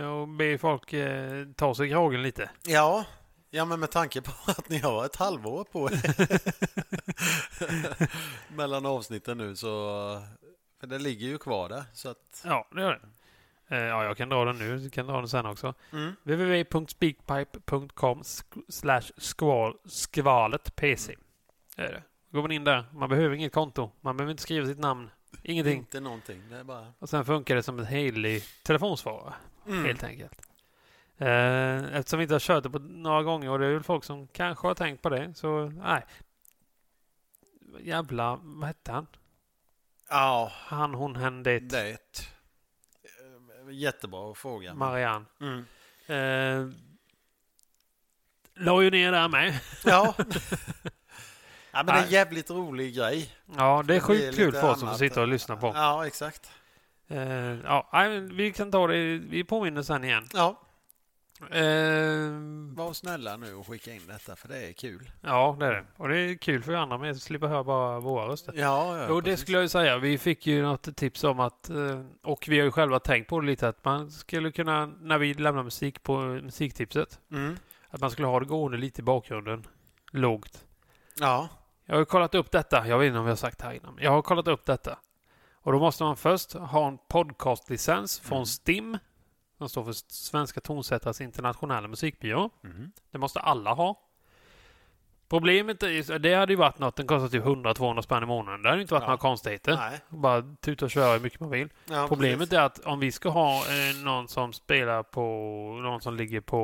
Eh, Och be folk eh, ta sig i kragen lite.
Ja. ja, men med tanke på att ni har ett halvår på er mellan avsnitten nu så... För det ligger ju kvar där. Så att,
Ja, det gör det. Eh, Ja, jag kan dra den nu. Du kan dra den sen också.
mm.
www.speakpipe.com sk- slash skval- skvalet pc. Är det. Går man in där. Man behöver inget konto. Man behöver inte skriva sitt namn. Ingenting.
Inte någonting. Det är bara...
Och sen funkar det som en helig telefonsvarare.
Mm.
Helt enkelt. Eh, Eftersom vi inte har kört det på några gånger och det är väl folk som kanske har tänkt på det. Så nej. Jävla... Vad hette han?
Ja,
Han, hon, hen, det.
det är ett... eh, Jättebra fråga.
Marianne.
Mm.
Eh, la ju ner där med.
Ja. ja, men det är en
Nej.
jävligt rolig grej.
Ja, det är
Det blir
sjukt kul
lite
för oss som
annat.
sitter och lyssnar på.
Ja, exakt.
Eh, ja, nej, men vi kan ta det. Vi påminner sen igen.
Ja,
Eh,
var snälla nu och skicka in detta för det är kul.
ja, det är det. Och det är kul för andra med. Slipper höra bara våra röster.
Ja, ja
Jo, det skulle jag ju säga. Vi fick ju något tips om att, eh, och vi har ju själva tänkt på det lite, att man skulle kunna, när vi lämnar musik på musiktipset,
Mm.
att man skulle ha det gående lite i bakgrunden, lågt.
Ja,
Jag har ju kollat upp detta. Jag vet inte om jag har sagt det här innan. men Jag har kollat upp detta. Och då måste man först ha en podcastlicens från
Mm.
STIM. Som står för Svenska Tonsättares Internationella Musikbyrå.
mm.
Det måste alla ha. Problemet är, det hade ju varit något. Den kostar typ 100-200 spänn i månaden. Det hade ju inte varit
Ja.
några konstigheter.
nej.
Bara tuta och köra hur mycket man vill.
Ja,
Problemet är att om vi ska ha eh, någon som spelar på, någon som ligger på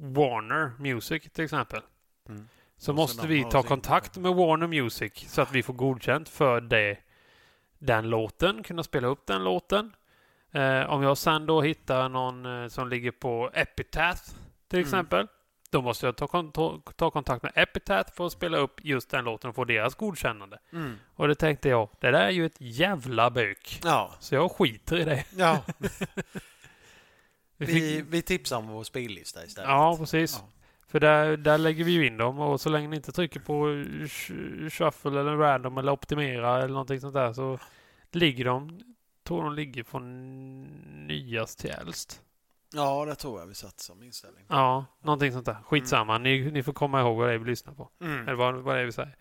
Warner Music till exempel.
Mm.
Så
Och
måste
sen
vi
har
ta
sin-
kontakt med Warner Music så att vi får godkänt för det, den låten, kunna spela upp den låten. Eh, om jag sen då hittar någon eh, som ligger på Epitaph till
Mm.
exempel. Då måste jag ta, kon- ta, ta kontakt med Epitaph för att spela upp just den låten och få deras godkännande.
Mm.
Och det tänkte jag, det där är ju ett jävla bök.
Ja,
Så jag skiter i det.
ja.
Vi
Vi,
fick,
vi tipsar om vår spellista istället.
ja, precis.
Ja.
För där, där lägger vi ju in dem och så länge ni inte trycker på sh- shuffle eller random eller optimera eller någonting sånt där så ligger de, tror de ligger från nyast till äldst.
ja, det tror jag vi satt som inställning.
Ja, någonting sånt där. Skitsamma, ni, ni får komma ihåg vad det är vi lyssnar på. Eller
Mm.
vad, vad det är vi säger.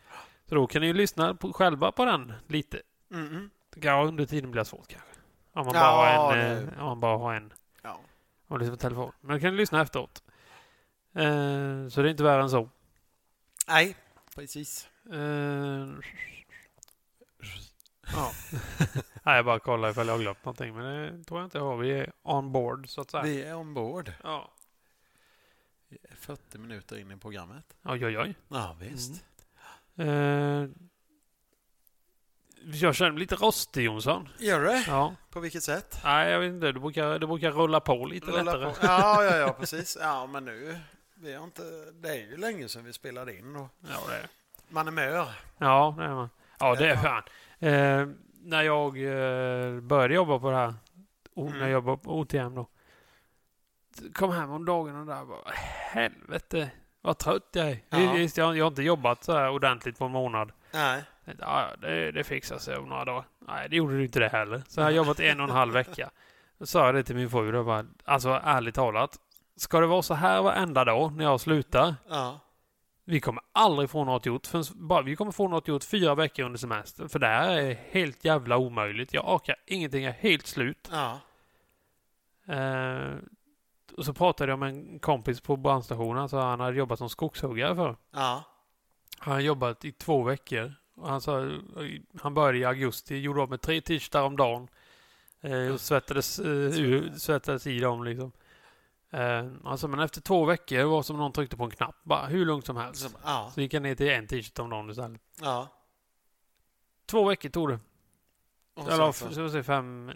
Så då kan ni ju lyssna på, själva på den lite.
Mm.
Ja, under tiden blir det svårt kanske. Om man bara,
Ja,
har, en,
det-
eh, om man bara har en
Ja.
Om du lyssnar på telefon. Men du kan lyssna efteråt. Eh, så det är inte värre än så.
Nej, precis.
Eh, ja. Nej, jag bara kollar ifall jag har glömt någonting. Men det tror jag inte jag har. Vi är on board, så att säga.
Vi är ombord.
Ja.
40 minuter in i programmet.
Oj, oj, oj.
Ja, visst.
Mm. Eh, jag känner mig lite rostig, Jonsson.
Gör det?
Ja.
På vilket sätt?
Nej, jag vet inte. Du brukar, du brukar rulla på lite
Rulla
lättare.
på. Ja, ja, ja, precis. Ja, men nu... Vi har inte, det är ju länge sedan vi spelade in och
Ja, det är det.
man är mör.
Ja, det är man. Ja, det är fan. Eh, när jag eh, började jobba på det här, o-
Mm.
när jag jobbade på OTM då, kom hem om dagen och där bara, helvete vad trött jag är.
Ja.
Visst, jag, jag har inte jobbat så här ordentligt på en månad.
Nej.
Ja, ja, det, det fixar sig om några dagar. Nej, det gjorde du inte det heller. Så jag har jobbat en och en halv vecka. Då sa jag det till min fru. Då bara, alltså ärligt talat, ska det vara så här varenda dag när jag slutar?
Ja.
Vi kommer aldrig få något gjort. Förrän, bara, vi kommer få något gjort fyra veckor under semestern. För det här är helt jävla omöjligt. Jag orkar ingenting. Jag är helt slut.
Ja.
Eh, och så pratade jag med en kompis på brandstationen. Alltså, han hade jobbat som skogshuggare förr.
Ja.
Han har jobbat i två veckor. Och han, sa, eh, han började i augusti, gjorde av med tre t-shirtar om dagen. Eh, och svettades, eh, ur, svettades i dem liksom. Eh, alltså, men efter två veckor var det som någon tryckte på en knapp. Bara hur lugnt som helst.
Som- Ja.
Så gick han ner till en t-shirt om dagen istället.
Ja.
Två veckor tog det.
Och
Eller
sen
f-
så-
så vill säga fem,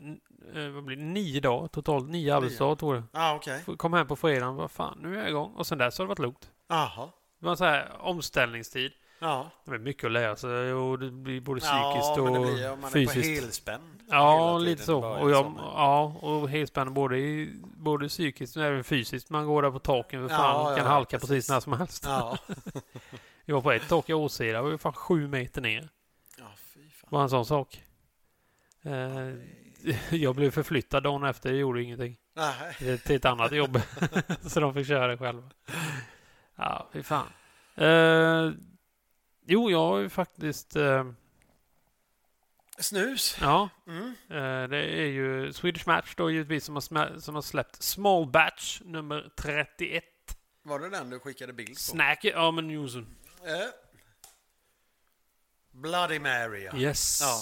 eh, vad blir det? Nio dagar totalt. Nio arbetsdagar tog det.
Ja, okej.
F- Kom hem på fredagen. Vad fan, nu är jag igång. Och sen dess har det varit lugnt.
Jaha.
Det var en sån här omställningstid.
Ja.
Det är mycket att lära sig och det blir både
ja,
psykiskt
men det
och
blir ju om man är på
fysiskt.
helspänn. hela
ja,
tiden
lite så.
bara
Och, jag,
som-
ja, och helspänn både, i- både psykiskt men även fysiskt. Man går där på taken för
Ja,
fan
ja,
kan
ja,
halka
precis.
precis. när som helst.
Ja.
Jag var på ett tak i Åseda, jag var ju fan sju meter ner.
Ja, fy fan.
Bara en sån sak. Eh, jag blev förflyttad dagen efter, jag gjorde ingenting.
Nej.
Till till ett annat jobb. så de fick köra det själva. Ja, fy fan. Eh, jo, jag har ju faktiskt... Eh,
Snus.
ja.
Mm.
Eh, Det är ju Swedish Match då givetvis som har, smä- som har släppt Small Batch nummer 31.
Var det den du skickade bild på?
Snack ja men Newsen.
Eh. Bloody Mary, ja.
Yes.
Ja.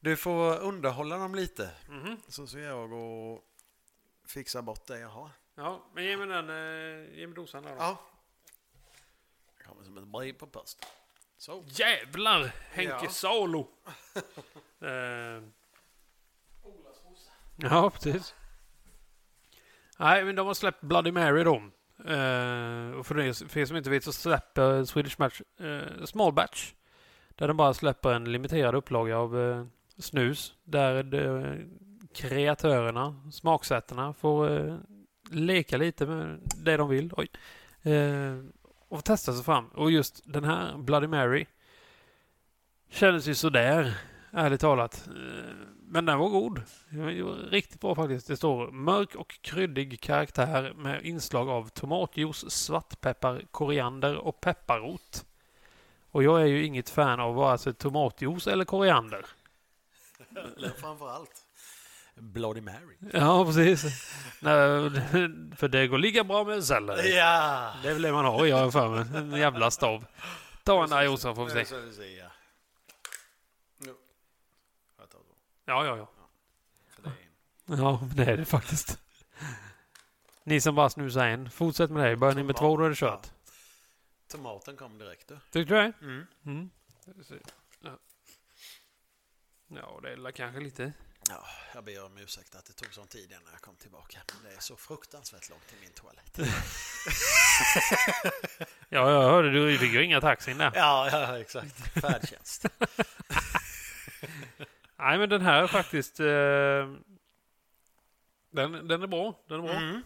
Du får underhålla dem lite. Så ska jag gå och fixa bort det jag har.
Ja, men ge mig den, eh, ge mig dosan där då.
Ja. Det kommer som ett brev på post. Så.
Jävlar! Henke
Ja.
Salo! eh. Ja, precis. Nej, men de har släppt Bloody Mary då. Eh, och för, det, för er som inte vet så släpper Swedish Match eh, Small Batch. Där de bara släpper en limiterad upplaga av eh, snus. Där de, kreatörerna, smaksättarna, får eh, leka lite med det de vill. Oj. Eh, och få testa sig fram. Och just den här Bloody Mary kändes ju sådär, ärligt talat. Eh, Men den var god. Den var ju Riktigt bra faktiskt. Det står mörk och kryddig karaktär med inslag av tomatjuice, svartpeppar, koriander och pepparrot. Och jag är ju inget fan av vare sig tomatjuice eller koriander.
Eller framför allt. Bloody Mary.
Ja, precis. Nej, för det går lika bra med selleri.
Ja!
Det är väl det man har, jag har för mig. En jävla stav. Ta en där Jossan får vi se.
Eh, Så vi ser, ja. Jo. Jag tar då.
Ja, ja, ja.
För det är en.
Ja, men det är det faktiskt. Ni som bara snusar en, fortsätt med det. Börjar ni med två då är det kört.
Tomaten kom direkt du.
Tyckte du det?
Mm.
Mm. Ska vi se. Ja. Ja, det är väl kanske lite.
Ja, jag ber om ursäkt att det tog sån tid innan jag kom tillbaka. Men det är så fruktansvärt långt till min toalett.
Ja, jag hörde du fick ju inga taxin där.
Ja, ja exakt. Färdtjänst.
Nej, men den här är faktiskt... Eh, den, den är bra. Den är bra.
Mm.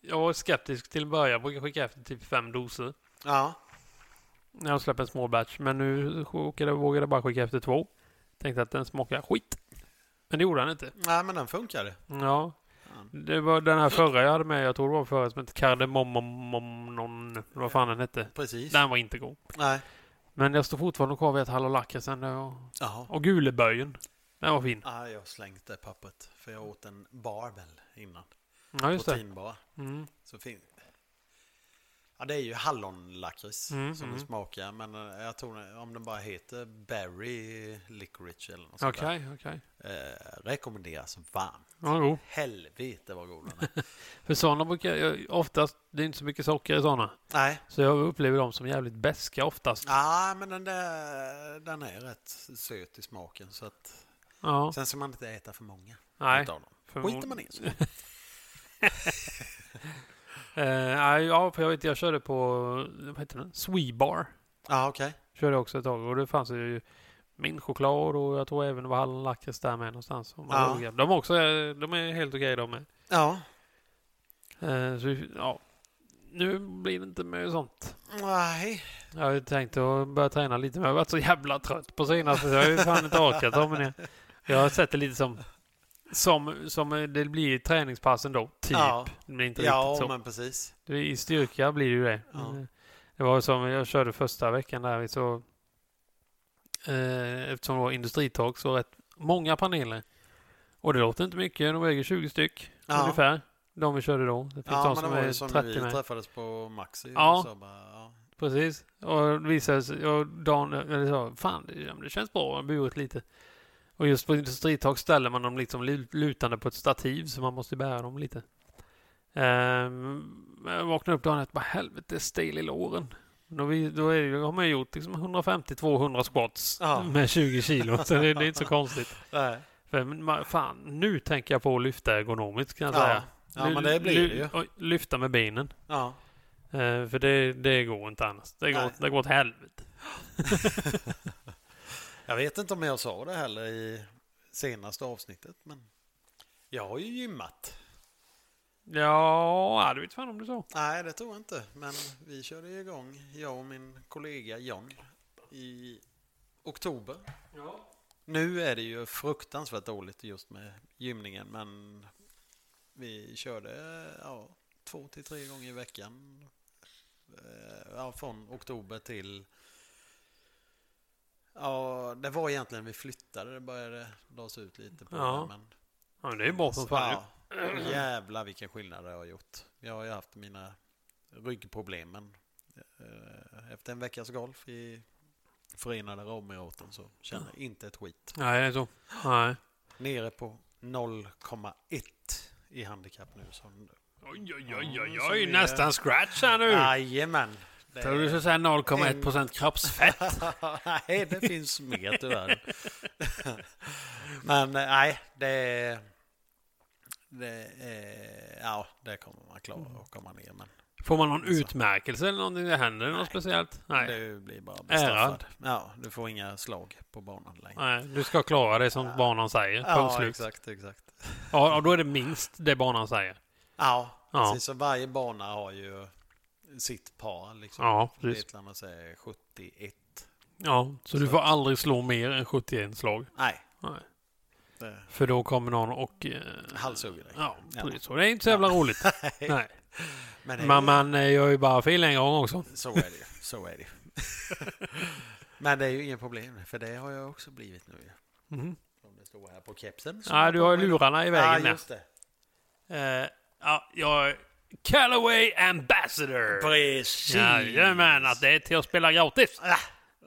Jag var skeptisk till en början. Jag brukar skicka efter typ fem doser.
Ja.
när de släpper en small batch. Men nu vågade, vågade jag bara skicka efter två. Tänkte att den smakar skit. Men det gjorde den inte.
Nej, men den funkade.
Ja. Det var den här förra jag hade med. Jag tror det var förra som hette Kardemommomnon. Vad fan den hette.
Precis.
Den var inte god.
Nej.
Men jag står fortfarande kvar vid att Hallå Lakritsen och,
Jaha.
och Guleböjen. Den var fin.
Ja, jag har slängt det pappret. För jag åt en barbel innan.
Ja, just det.
Proteinbar.
Mm.
Så fin. Ja, det är ju hallonlakrits
Mm,
som
mm.
den smakar. Men eh, jag tror den- om den bara heter berry licorice eller något sånt där.
Okej, okej.
Eh, rekommenderas varmt.
Den var god.
Helvete vad god den är.
För sådana brukar jag oftast... Det är inte så mycket socker i sådana.
Nej.
Så jag upplever dem som jävligt beska oftast.
Ja, men den där den är rätt söt i smaken. Så att,
Ja.
sen ska man inte äta för många
Nej. Mm.
utav dem.
för-
Skiter man ner sig.
Eh, nej, ja, för jag vet, jag körde på, vad heter den? Swebar.
Ja, okej.
Körde jag också ett tag och det fanns ju min choklad och jag tror även det var hallonlakrits där med någonstans. Om
Ja.
man ja. De, är också, eh, de är helt okej de med.
Ja.
Eh, så, vi- ja. nu blir det inte mer sånt.
Nej.
Jag har ju tänkt att börja träna lite, men jag har varit så jävla trött på senaste så jag har ju fan inte orkat. om det. Jag har sett det lite som, som, som det blir i träningspassen då, typ.
Ja.
Det blir inte
Ja,
riktigt så.
men precis.
Det, I styrka blir det ju det.
Ja.
Det var ju som jag körde första veckan där, så eh, eftersom det var industritak så rätt många paneler. Och det låter inte mycket, de väger 20 styck
Ja.
ungefär. De vi körde då. Det finns
Ja,
de
men
som
det var
är
ju som
30
vi
med.
träffades på Maxi.
Ja.
Och så bara, ja.
Precis. Och det visade sig, och Dan eller så, fan det, ja, men det känns bra, jag har burit lite. Och just på industritak ställer man dem liksom lu- lutande på ett stativ så man måste bära dem lite. Ehm, men jag vaknade upp dagen efter bara helvete, stel i låren. Då, vi, då, är det, ju- har man ju gjort liksom 150-200 squats
Ja.
med 20 kilo så det, det är inte så konstigt.
Nej.
För, men, man- fan, nu tänker jag på att lyfta ergonomiskt kan jag
Ja.
säga.
ja,
Nu-
men det blir
ly-
det ju.
oj, Lyfta med benen.
Ja.
Eh, för det, det går inte annars. Det går,
Nej.
det går åt helvete.
Jag vet inte om jag sa det heller i senaste avsnittet, men jag har ju gymmat.
Ja, det vet fan om du sa.
Nej, det tror jag inte, men vi körde ju igång, jag och min kollega John, i oktober. Nu är det ju fruktansvärt dåligt just med gymningen, men vi körde ja, två till tre gånger i veckan. Eh, Ja, från oktober till... Ja, det var egentligen vi flyttade, det började dras ut lite på
Ja.
det. Men
Ja, men det är bra som fan. ju.
Ja. Jävlar vilken skillnad det har gjort. Jag har ju haft mina ryggproblemen. Eh, Efter en veckas golf i Förenade Arabemiraten så känner jag inte ett skit.
Nej, det är så. Nej.
Nere på 0,1 i handikapp nu. Som...
Oj, oj,
oj, oj,
oj, oj,
oj, nästan
nästan scratch här nu.
Jajamän! Det-
Tror du skulle säga 0,1 procent kroppsfett?
nej, det finns mer tyvärr. Men eh, nej, det... Det, eh, ja, det kommer man
Mm.
klara att komma ner. Men
Får man någon utmärkelse eller någonting? Det händer något speciellt? Nej.
Du blir bara
Ärad.
bestraffad. Ja, du får inga slag på banan längre.
Nej, du ska klara det som banan säger. Punkt
Ja,
slut.
exakt, exakt.
Ja, och då är det minst det banan säger.
Ja,
Ja.
precis. Så varje bana har ju sitt par liksom.
Ja, precis.
Vetlandas säger 71.
Ja, så du får aldrig slå mer än 71 slag.
Nej,
Nej.
det
För då kommer någon och... Eh,
halshugger dig.
ja,
Ja.
precis. Så det är inte så jävla roligt. Nej.
Men det är
Men man eh, gör ju bara fel en gång också.
ju, så är det ju. Så är det ju. Men det är ju inget problem, för det har jag också blivit nu. ju.
Mhm.
Om det står här på kepsen. så-
Ja, du har ju lurarna i vägen
Ja,
där.
just det.
Eh, ja, jag är Callaway Ambassador.
Precis.
Jajamän, att det är till att spela gratis.
Ah,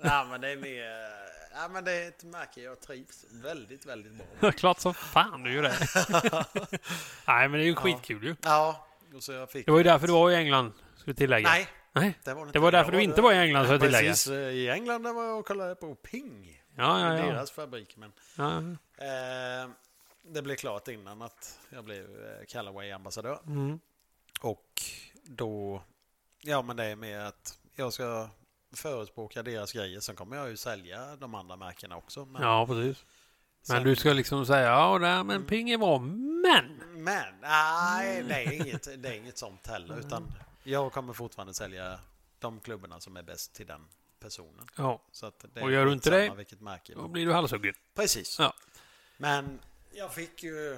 Ja, men det är mer... Ja, men det är ett märke jag trivs väldigt, väldigt bra med.
Klart som fan du gör det. Nej, men det är ju skitkul ju.
Ja, och så jag fick...
Det var ju därför du var i England, ska vi tillägga.
Nej,
Nej.
det var det
Det var därför du inte var i England, ska jag tillägga.
Precis, eh, i England där var jag och kollade på Ping.
Ja, ja, ja.
Deras fabrik, men...
ja. Mm.
Eh, det blev klart innan att jag blev eh, Callaway-ambassadör.
Mm.
Och då... Ja, men det är med att jag ska förespråka deras grejer. Sen kommer jag ju sälja de andra märkena också. Men,
ja precis. Men
sen-
du ska liksom säga, ja, nej, men ping är bra, men...
Men nej, det är inget, det är inget sånt heller. Utan jag kommer fortfarande sälja de klubborna som är bäst till den personen.
Ja,
Så att det
Och
är
gör du inte
skitsamma
det-
Vilket märke.
då blir du halshuggen.
Precis.
Ja.
Men jag fick ju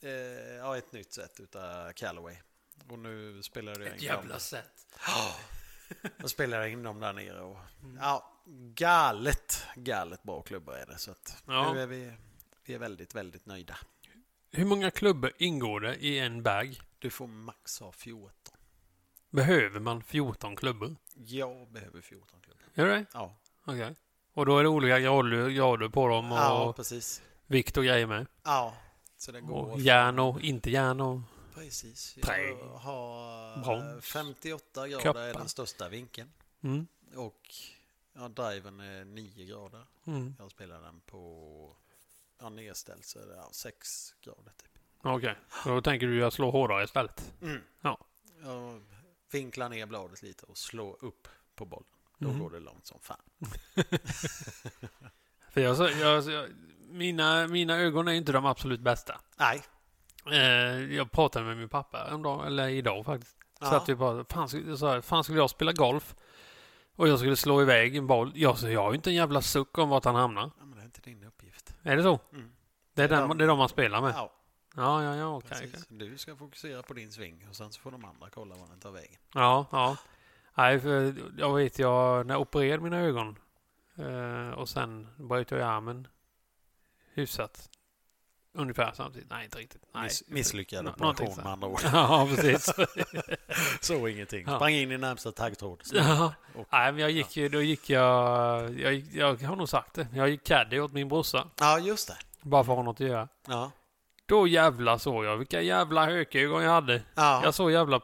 eh, ja, ett nytt sätt utav Callaway. Och nu spelar jag in dem.
sätt.
Och spelar jag in dem där nere. Och,
Mm.
ja, galet, galet bra klubbar är det. Så att
Ja.
nu är vi, vi är väldigt, väldigt nöjda.
Hur många klubbor ingår det i en bag?
Du får max ha 14.
Behöver man 14 klubbor?
Jag behöver 14 klubbor.
Gör det?
Ja,
Okej. Och då är det olika grader, grader på dem och
ja precis.
vikt och grejer med.
Ja, så det går.
Och järn och inte järn och...
Precis.
Trä.
Jag har
Brons.
58 grader är
Koppar.
den största vinkeln.
Mm.
Och ja, driven är 9 grader.
Mm.
Jag spelar den på ja, nedställd så är det ja, 6 grader typ.
Okej, Så då tänker du jag slår hårdare istället.
Mm.
Ja.
Jag vinklar ner bladet lite och slår upp på bollen. Då
Mm.
går det långt som fan.
För jag, så- jag, så- jag, mina, mina ögon är inte de absolut bästa.
Nej,
Eh, jag pratade med min pappa en dag, eller idag faktiskt. Så att vi bara, fan, skulle- så här, fan skulle jag spela golf och jag skulle slå iväg en boll. Jag, så jag har ju inte en jävla suck om vart han hamnar.
Ja, men det är inte din uppgift.
Är det så?
Mm.
Det är,
Det är
den,
de-
det är de man spelar med?
Ja,
Ja, ja, ja, okej.
precis.
okej.
Du ska fokusera på din sving och sen så får de andra kolla var den tar vägen.
Ja, ja. Nej, för jag vet, jag, när jag opererade mina ögon eh, och sen bröt jag i armen hyfsat. Ungefär samtidigt. Nej, inte riktigt. Nej.
Miss, misslyckad
Nå-
operation
någonting så.
med andra ord.
Ja, precis.
Såg ingenting.
Ja.
Sprang in i närmsta taggtråd.
ja.
Och-
Nej, men jag gick ju, då gick jag, jag, gick- jag har nog sagt det, jag gick caddy åt min brorsa.
Ja, just det.
Bara för att ha något att göra.
Ja.
Då jävla såg jag vilka jävla hökögon jag hade.
Ja.
Jag såg jävla...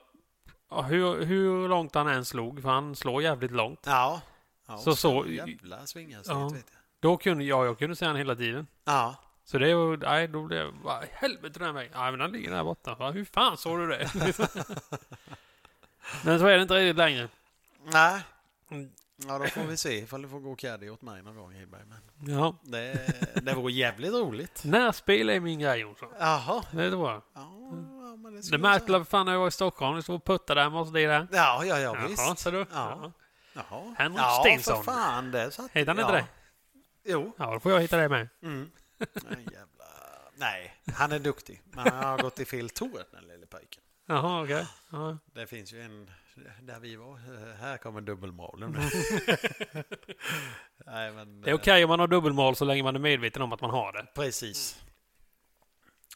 ja, Hur, hur långt han än slog, för han slår jävligt långt.
Ja. ja.
Så- så-
Jävla svingar
Ja.
vet jag.
Då kunde jag, jag kunde se han hela tiden.
Ja.
Så det var, nej, då blev jag, vad i helvete den här vägen? Nej, men han ligger där borta. Va? Hur fan såg du det? men så är det inte riktigt längre.
Nej.
Mm.
Ja, då får vi se ifall du får gå caddy åt mig någon gång, Hedberg. Men
Ja.
det, det vore jävligt roligt.
Närspel är min grej, Jonsson.
Jaha.
Det tror jag.
Ja, ja, men det
Det
skulle
märkte
jag
jag för fan när jag var i Stockholm. Det stod och puttade där med oss, det där.
säga. Ja, ja, ja,
Jaha,
visst.
ser du?
Ja. Jaha.
Henrik
ja,
Stenson.
för fan. Det satt...
Hette han inte
ja.
det?
Jo.
Ja, då får jag hitta det med.
Mm. Nej, jävla... Nej, han är duktig. Men han har gått i fel tour, den lille pojken.
Jaha, okej. Ja.
Det finns ju en där vi var. Eh, Här kommer dubbelmoralen. Nej, men...
Det är okej om man har dubbelmål så länge man är medveten om att man har det.
Precis. Mm.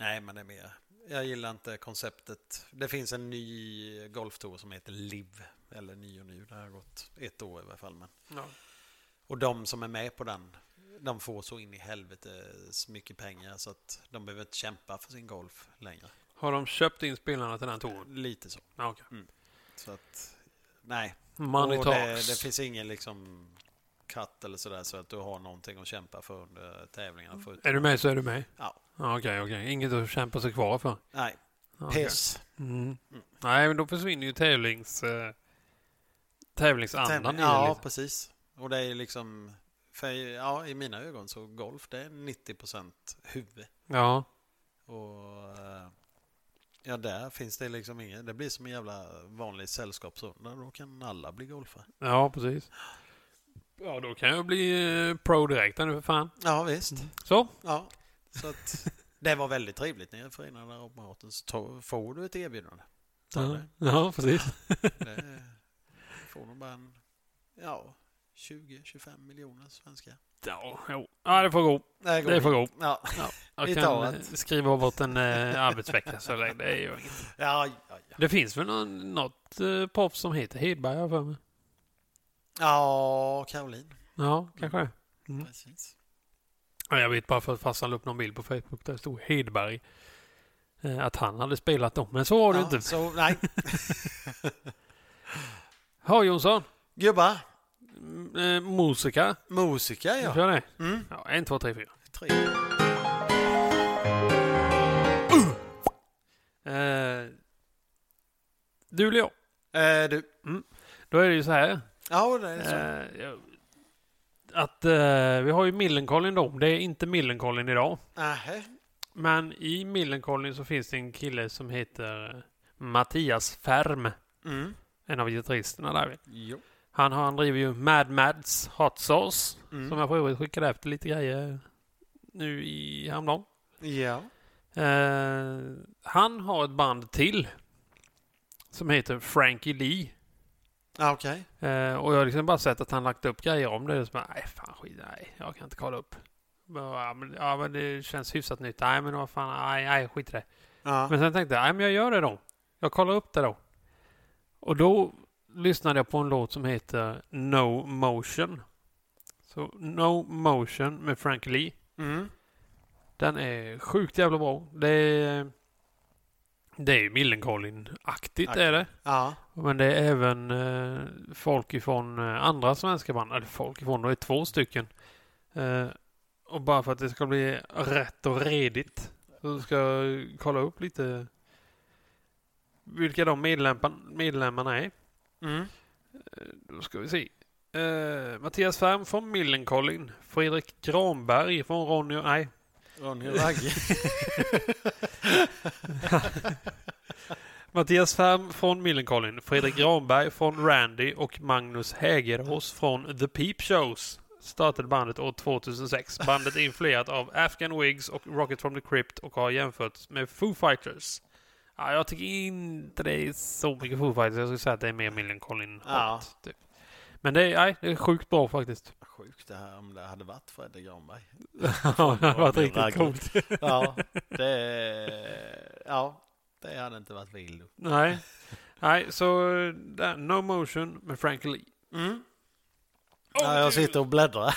Nej, men det är mer. Jag gillar inte konceptet. Det finns en ny golftour som heter LIV. Eller ny och ny. Det har gått ett år i alla fall. Men. Och de som är med på den, de får så in i helvete så mycket pengar så att de behöver inte kämpa för sin golf längre.
Har de köpt in spelarna till den touren?
Lite så.
Ja, okej.
Så att, nej.
Money
och det,
talks.
det finns ingen liksom katt eller sådär så att du har någonting att kämpa för under tävlingarna. Förut.
Är du med så är du med.
Ja.
Ja, Okej, okej. Inget att kämpa sig kvar för.
Nej,
Ja, okej.
piss.
Mm. Nej, men då försvinner ju tävlings... Eh,
Tävling-
tävlingsandan. i det,
Ja,
liksom.
precis. Och det är liksom, för, ja, i mina ögon så golf det är 90% huvud.
ja.
Och eh, ja, där finns det liksom inget. Det blir som en jävla vanlig sällskapsrunda. Då kan alla bli golfare.
ja, precis. Ja, då kan jag bli eh, pro direkt här nu för fan.
Ja, visst.
Så.
Mm. Ja, så att det var väldigt trevligt nere i Förenade Arabemiraten. Så to- får du ett erbjudande. Ta
Ja,
det.
ja precis.
det får nog bara en, ja, 20-25 miljoner svenskar.
Ja, jo. ja, det får gå.
Nej,
Det får gå.
Ja, Vi
Jag
tar
kan eh,
ett.
skriva bort en eh, arbetsvecka så länge. Det, är ju...
ja, ja. ja.
det finns väl någon, något eh, proffs som heter Hedberg har jag för mig.
Ja, Caroline.
Ja, kanske det. Mm.
Precis.
Ja, Jag vet bara för att farsan la upp någon bild på Facebook där det stod Hedberg. Eh, Att han hade spelat dem, men så var det
ja,
inte.
Så, nej,
Ja, Jonsson.
gubbar.
M- eh, Musiker.
Musiker,
Ja.
ja.
Kör det.
Mm.
Ja, en, två, tre, fyra.
Tre.
Eh, du eller jag.
Eh, du.
Då är det ju så här.
Ja, det är så.
Eh, jag- att eh, vi har ju Millencolin då. Det är inte Millencolin idag.
Nähä.
Men i Millencolin så finns det en kille som heter Mattias Färm.
Mm.
En av gitarristerna där.
Jo.
Han, har- han driver ju Mad Mads Hot Sauce.
Mm.
Som jag för övrigt skickade efter lite grejer nu i häromdagen.
Ja.
Eh, han har ett band till. Som heter Frankie Lee.
Ja, Okej.
Eh, och jag har liksom bara sett att han lagt upp grejer om det. Och så bara, nej fan skit, nej jag kan inte kolla upp. Bara, Ja men, ja, men det känns hyfsat nytt. Nej men vad fan, nej, nej skit i det.
Ja.
Men sen tänkte jag, nej men jag gör det då. Jag kollar upp det då. Och då lyssnade jag på en låt som heter No Motion. Så No Motion med Frank Lee.
Mm.
Den är sjukt jävla bra. Det är, det är ju Millencolin-aktigt är det.
Ja.
Men det är även eh, folk ifrån eh, andra svenska band. Eller folk ifrån, det är två stycken. Eh, och bara för att det ska bli rätt och redigt så ska jag kolla upp lite vilka de medlempan- medlemmarna är.
Mm.
Då ska vi se. Eh, Mattias Färm från Millencolin. Fredrik Granberg från Ronny och... Nej.
Ronny och Ragge.
Mattias Färm från Millencolin, Fredrik Granberg från Randy och Magnus Hägerås från The Peep Shows startade bandet år 2006. Bandet är influerat av Afghan Wigs och Rocket from the Crypt och har jämförts med Foo Fighters. Ja, jag tycker inte det är så mycket Foo Fighters. Jag skulle säga att det är mer Millencolin.
Ja.
Typ. Men det är, nej, det är sjukt bra faktiskt.
Sjukt det här om det hade varit Fredrik Granberg.
Ja, det hade varit
det är
riktigt
verkligen.
coolt.
Ja, det... Ja, det hade inte varit vill.
Nej. Nej, så eh, där, No Motion med Frank Lee.
Mm. ja, jag sitter och bläddrar.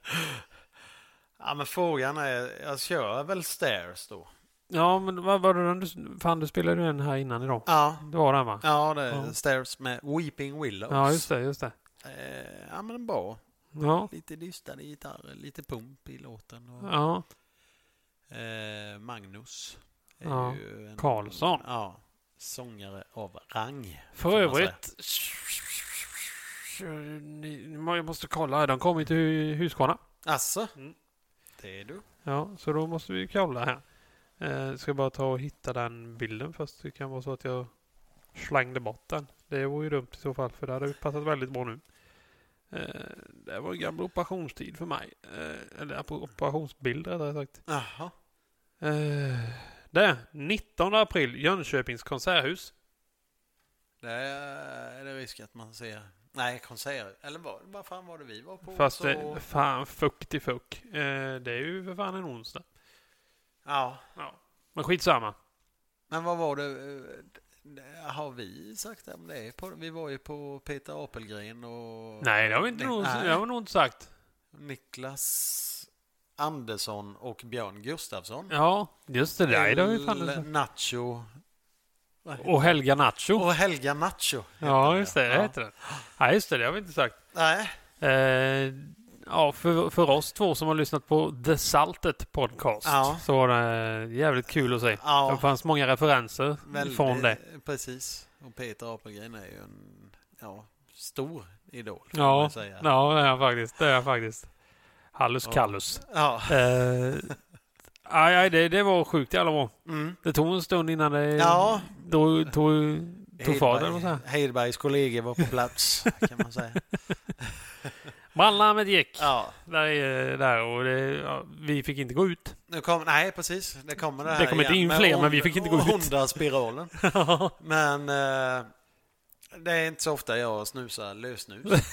ja, men frågan är... Jag kör väl Stairs då?
Ja, men vad var det den du... Fan, du spelade ju den här innan idag.
Ja.
Det var den va?
Ja, det är
Ja.
Stairs med Weeping Willows.
Ja, just det, just det.
Eh, ja, men bra.
Ja.
Lite dystade gitarrer, lite pump i låten. Och,
Ja.
eh, Magnus är
Ja,
ju en,
Karlsson.
Ja, sångare av rang. får
För
man
övrigt... Ni- Jag måste kolla här. De kommer ju till Huskvarna.
Alltså,
Mm.
det är du.
Ja, så då måste vi kolla här. Eh, ska jag bara ta och hitta den bilden först. Det kan vara så att jag slängde bort den. Det vore ju dumt i så fall, för det hade ju passat väldigt bra nu. Eh, det var en gammal operationstid för mig. Eh, eller op- operationsbild rättare sagt.
Jaha.
Eh, där! 19 april, Jönköpings konserthus.
Det är, är det risk att man ser... Nej, konsert. Eller vad, vad fan var det vi var på?
Fast
Så-
eh, fan, fuck till fuck. Eh, det är ju för fan en onsdag.
Ja,
Ja. Men skitsamma.
men vad var det? eh, det- Har vi sagt om det? är På, vi var ju på Peter Apelgren och...
Nej, det har vi inte
Ni-
nog,
nej.
det har vi nog inte sagt.
Niklas Andersson och Björn Gustafsson.
Ja, just det. Nej, det har vi fan inte
El
sagt.
Nacho. Vad heter
Och Helga Nacho.
det? och Helga Nacho. heter
ja,
den,
just det. Det heter den. Ja, just det. Det har vi inte sagt.
Nej,
Eh, ja, för, för oss två som har lyssnat på The Saltet Podcast
Ja.
så var det jävligt kul att se. Det
ja.
fanns många referenser
väldigt-
från det.
Precis. Och Peter Apelgren är ju en ja, stor idol. får
Ja,
man säga.
ja, det är han faktiskt. Det är han faktiskt. Hallus
Ja.
kallus.
ja.
Eh, aj, aj, det, det var sjukt jävla bra.
Mm.
Det tog en stund innan det
Ja.
drog- tog, tog fart. eller vad man säger.
Hedberg, Hedbergs kollegor var på plats, kan man säga.
Brandlarmet gick.
Ja,
Där, är- där och det, ja, vi fick inte gå ut.
nu kom, nej, precis. Det kommer det här
Det kommer inte
igen
in
med
fler, men vi
ond-
fick inte gå ut.
Onda spiralen. Men eh, det är inte så ofta jag snusar lösnus.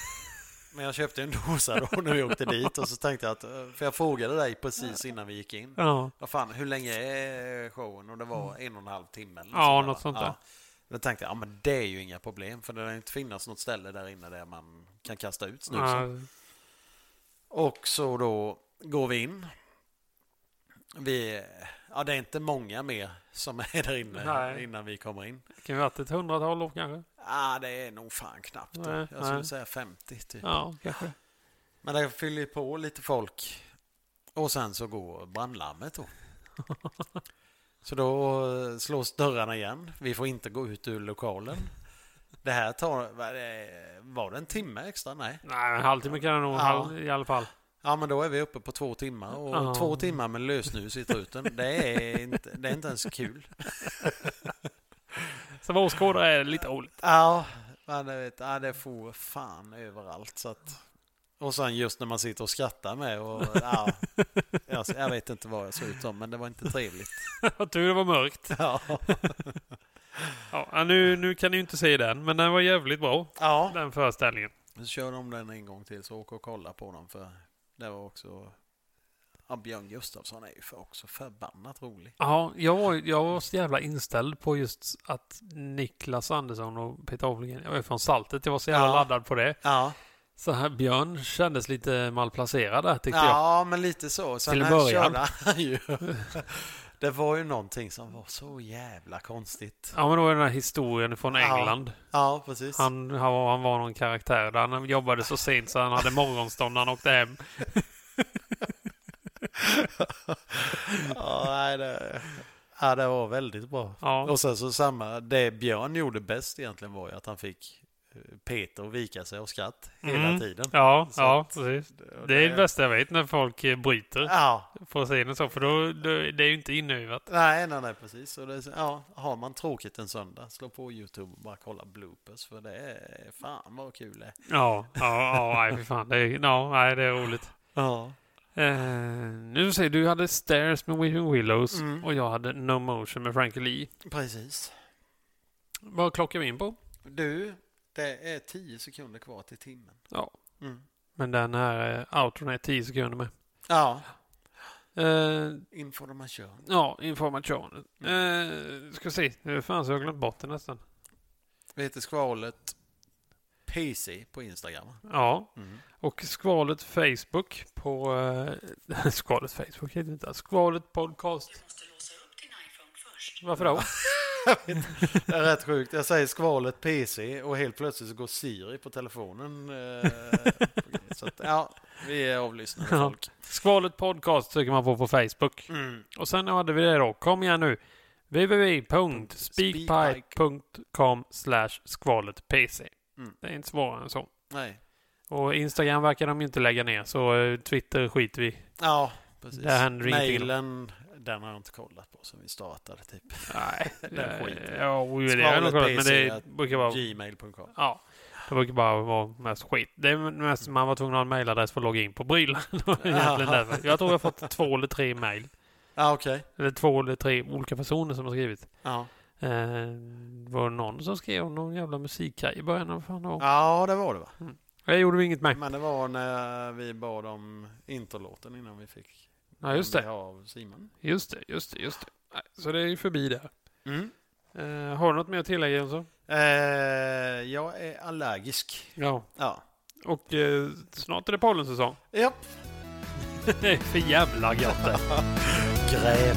Men jag köpte en dosa då när vi åkte dit och så tänkte jag att, eh, för jag frågade dig precis innan vi gick in.
Ja.
Vad fan, hur länge är showen? Och det var en och en halv timme eller
Mm. Ja,
där,
något
va?
sånt där.
Ja. Då tänkte jag, ja men det är ju inga problem för det lär inte finnas något ställe där inne där man kan kasta ut snusen.
Ja.
Och så då går vi in. Vi, ja det är inte många mer som är där inne
Nej.
innan vi kommer in.
Kan vi ha haft ett hundratal då kanske?
Ja, ah, det är nog fan knappt. då.
Nej,
jag skulle
nej.
säga 50 typ.
Ja, kanske.
Men det fyller ju på lite folk. Och sen så går brandlarmet då. så då eh, slås dörrarna igen. Vi får inte gå ut ur lokalen. Det här tar, vad det- var det en timme extra? Nej.
Nej, en halvtimme kan det nog
Ja.
halv, i alla fall.
Ja men då är vi uppe på två timmar och
Ja.
två timmar med lösnus i truten. Det är inte, det är inte ens kul.
Så vår åskådare är lite roligt.
Ja, men du vet, ja, det får fan överallt. Så att... Och sen just när man sitter och skrattar med. Och, ja, jag, jag vet inte vad jag såg ut som, men det var inte trevligt.
Vad tur det var mörkt.
Ja,
Ja, nu, nu kan ni ju inte se den, men den var jävligt bra.
ja.
Den föreställningen.
så kör de den en gång till så åk och kolla på dem. För det var också... Ja, Björn Gustafsson är ju för också förbannat rolig.
Ja, jag var, jag var så jävla inställd på just att Niklas Andersson och Peter Aflingen, jag är från Saltet, jag var så jävla
Ja.
laddad på det.
Ja,
Så här, Björn kändes lite malplacerad där tyckte jag.
ja men lite så. Sen
Till
här
början.
körde han ju... Det var ju någonting som var så jävla konstigt.
Ja, men då är den här historien från
Ja.
England.
Ja, precis.
Han, han, var, han var någon karaktär där. Han jobbade så sent så han hade morgonstånd när han åkte hem.
Ja, nej, det, ja, det var väldigt bra.
Ja.
Och sen så samma, det Björn gjorde bäst egentligen var ju att han fick eh, Peter vika sig av skratt
Mm.
hela tiden.
Ja,
Så
ja, precis.
Det,
Det är det bästa jag vet när folk eh, bryter
Ja,
på scenen så, för då, då det är ju inte inövat.
nej, nej, nej precis. Och det, är så- ja, har man tråkigt en söndag, slå på YouTube och bara kolla bloopers. För det är fan vad kul det är.
Ja, ja, ja, nej fy fan. Det är, ja, nej, det är roligt.
Ja.
Eh, nu säger du hade Stairs med Weeping Willows
Mm.
och jag hade No Motion med Frankie Lee.
Precis.
Vad klockar vi in på?
Du, det är 10 sekunder kvar till timmen.
Ja.
Mm.
Men den här eh, outron är 10 sekunder med.
Ja,
Eh,
information.
ja, information. Eh, ska se, hur fan så har jag glömt bort det nästan.
Vi heter skvalet PC på Instagram.
Ja,
Mm.
och skvalet Facebook på... Eh, skvalet Facebook heter det inte. Skvalet Podcast.
Du måste låsa upp din iPhone först.
Varför då?
Det är rätt sjukt. Jag säger skvalet PC och helt plötsligt så går Siri på telefonen. eh, så att, ja, vi är avlyssnade
Ja.
folk.
Skvalet Podcast söker man på på Facebook.
Mm.
Och sen hade vi det då. Kom igen nu. www.speakpipe.com slash skvaletpc.
Mm.
Det är inte svårare än så.
Nej.
Och Instagram verkar de ju inte lägga ner, så eh, Twitter skiter vi
Ja, precis.
Där händer ingenting.
Mailen, den har jag inte kollat på sen vi startade. Typ.
Nej,
Den skiter vi i.
Eh, Ja, jo, det är nog
Skvalet
klart, men
PC
det
att-
brukar vara...
Gmail.com.
Ja, det brukar bara vara mest skit. Det är mest man var tvungen att ha en mailadress för att logga in på Brylan. Det var egentligen
Ja.
därför. Jag tror jag har fått två eller tre mail.
Ja, okej.
Eller två eller tre olika personer som har skrivit.
Ja.
Eh, var det någon som skrev om någon jävla musikgrej i början? Vad fan det var?
ja, det var det va?
Det gjorde vi inget med.
Men det var när vi bad om introlåten innan vi fick
Ja, just
den
det.
vi har av Simon.
Just det, just det, just det. Nej, Så det är ju förbi där.
Mm.
Eh, har du något mer att tillägga, Jonsson?
Eh, jag är allergisk.
Ja.
Ja.
Och eh, snart är det pollensäsong.
Japp.
Det är för jävla gött det.
Gräv.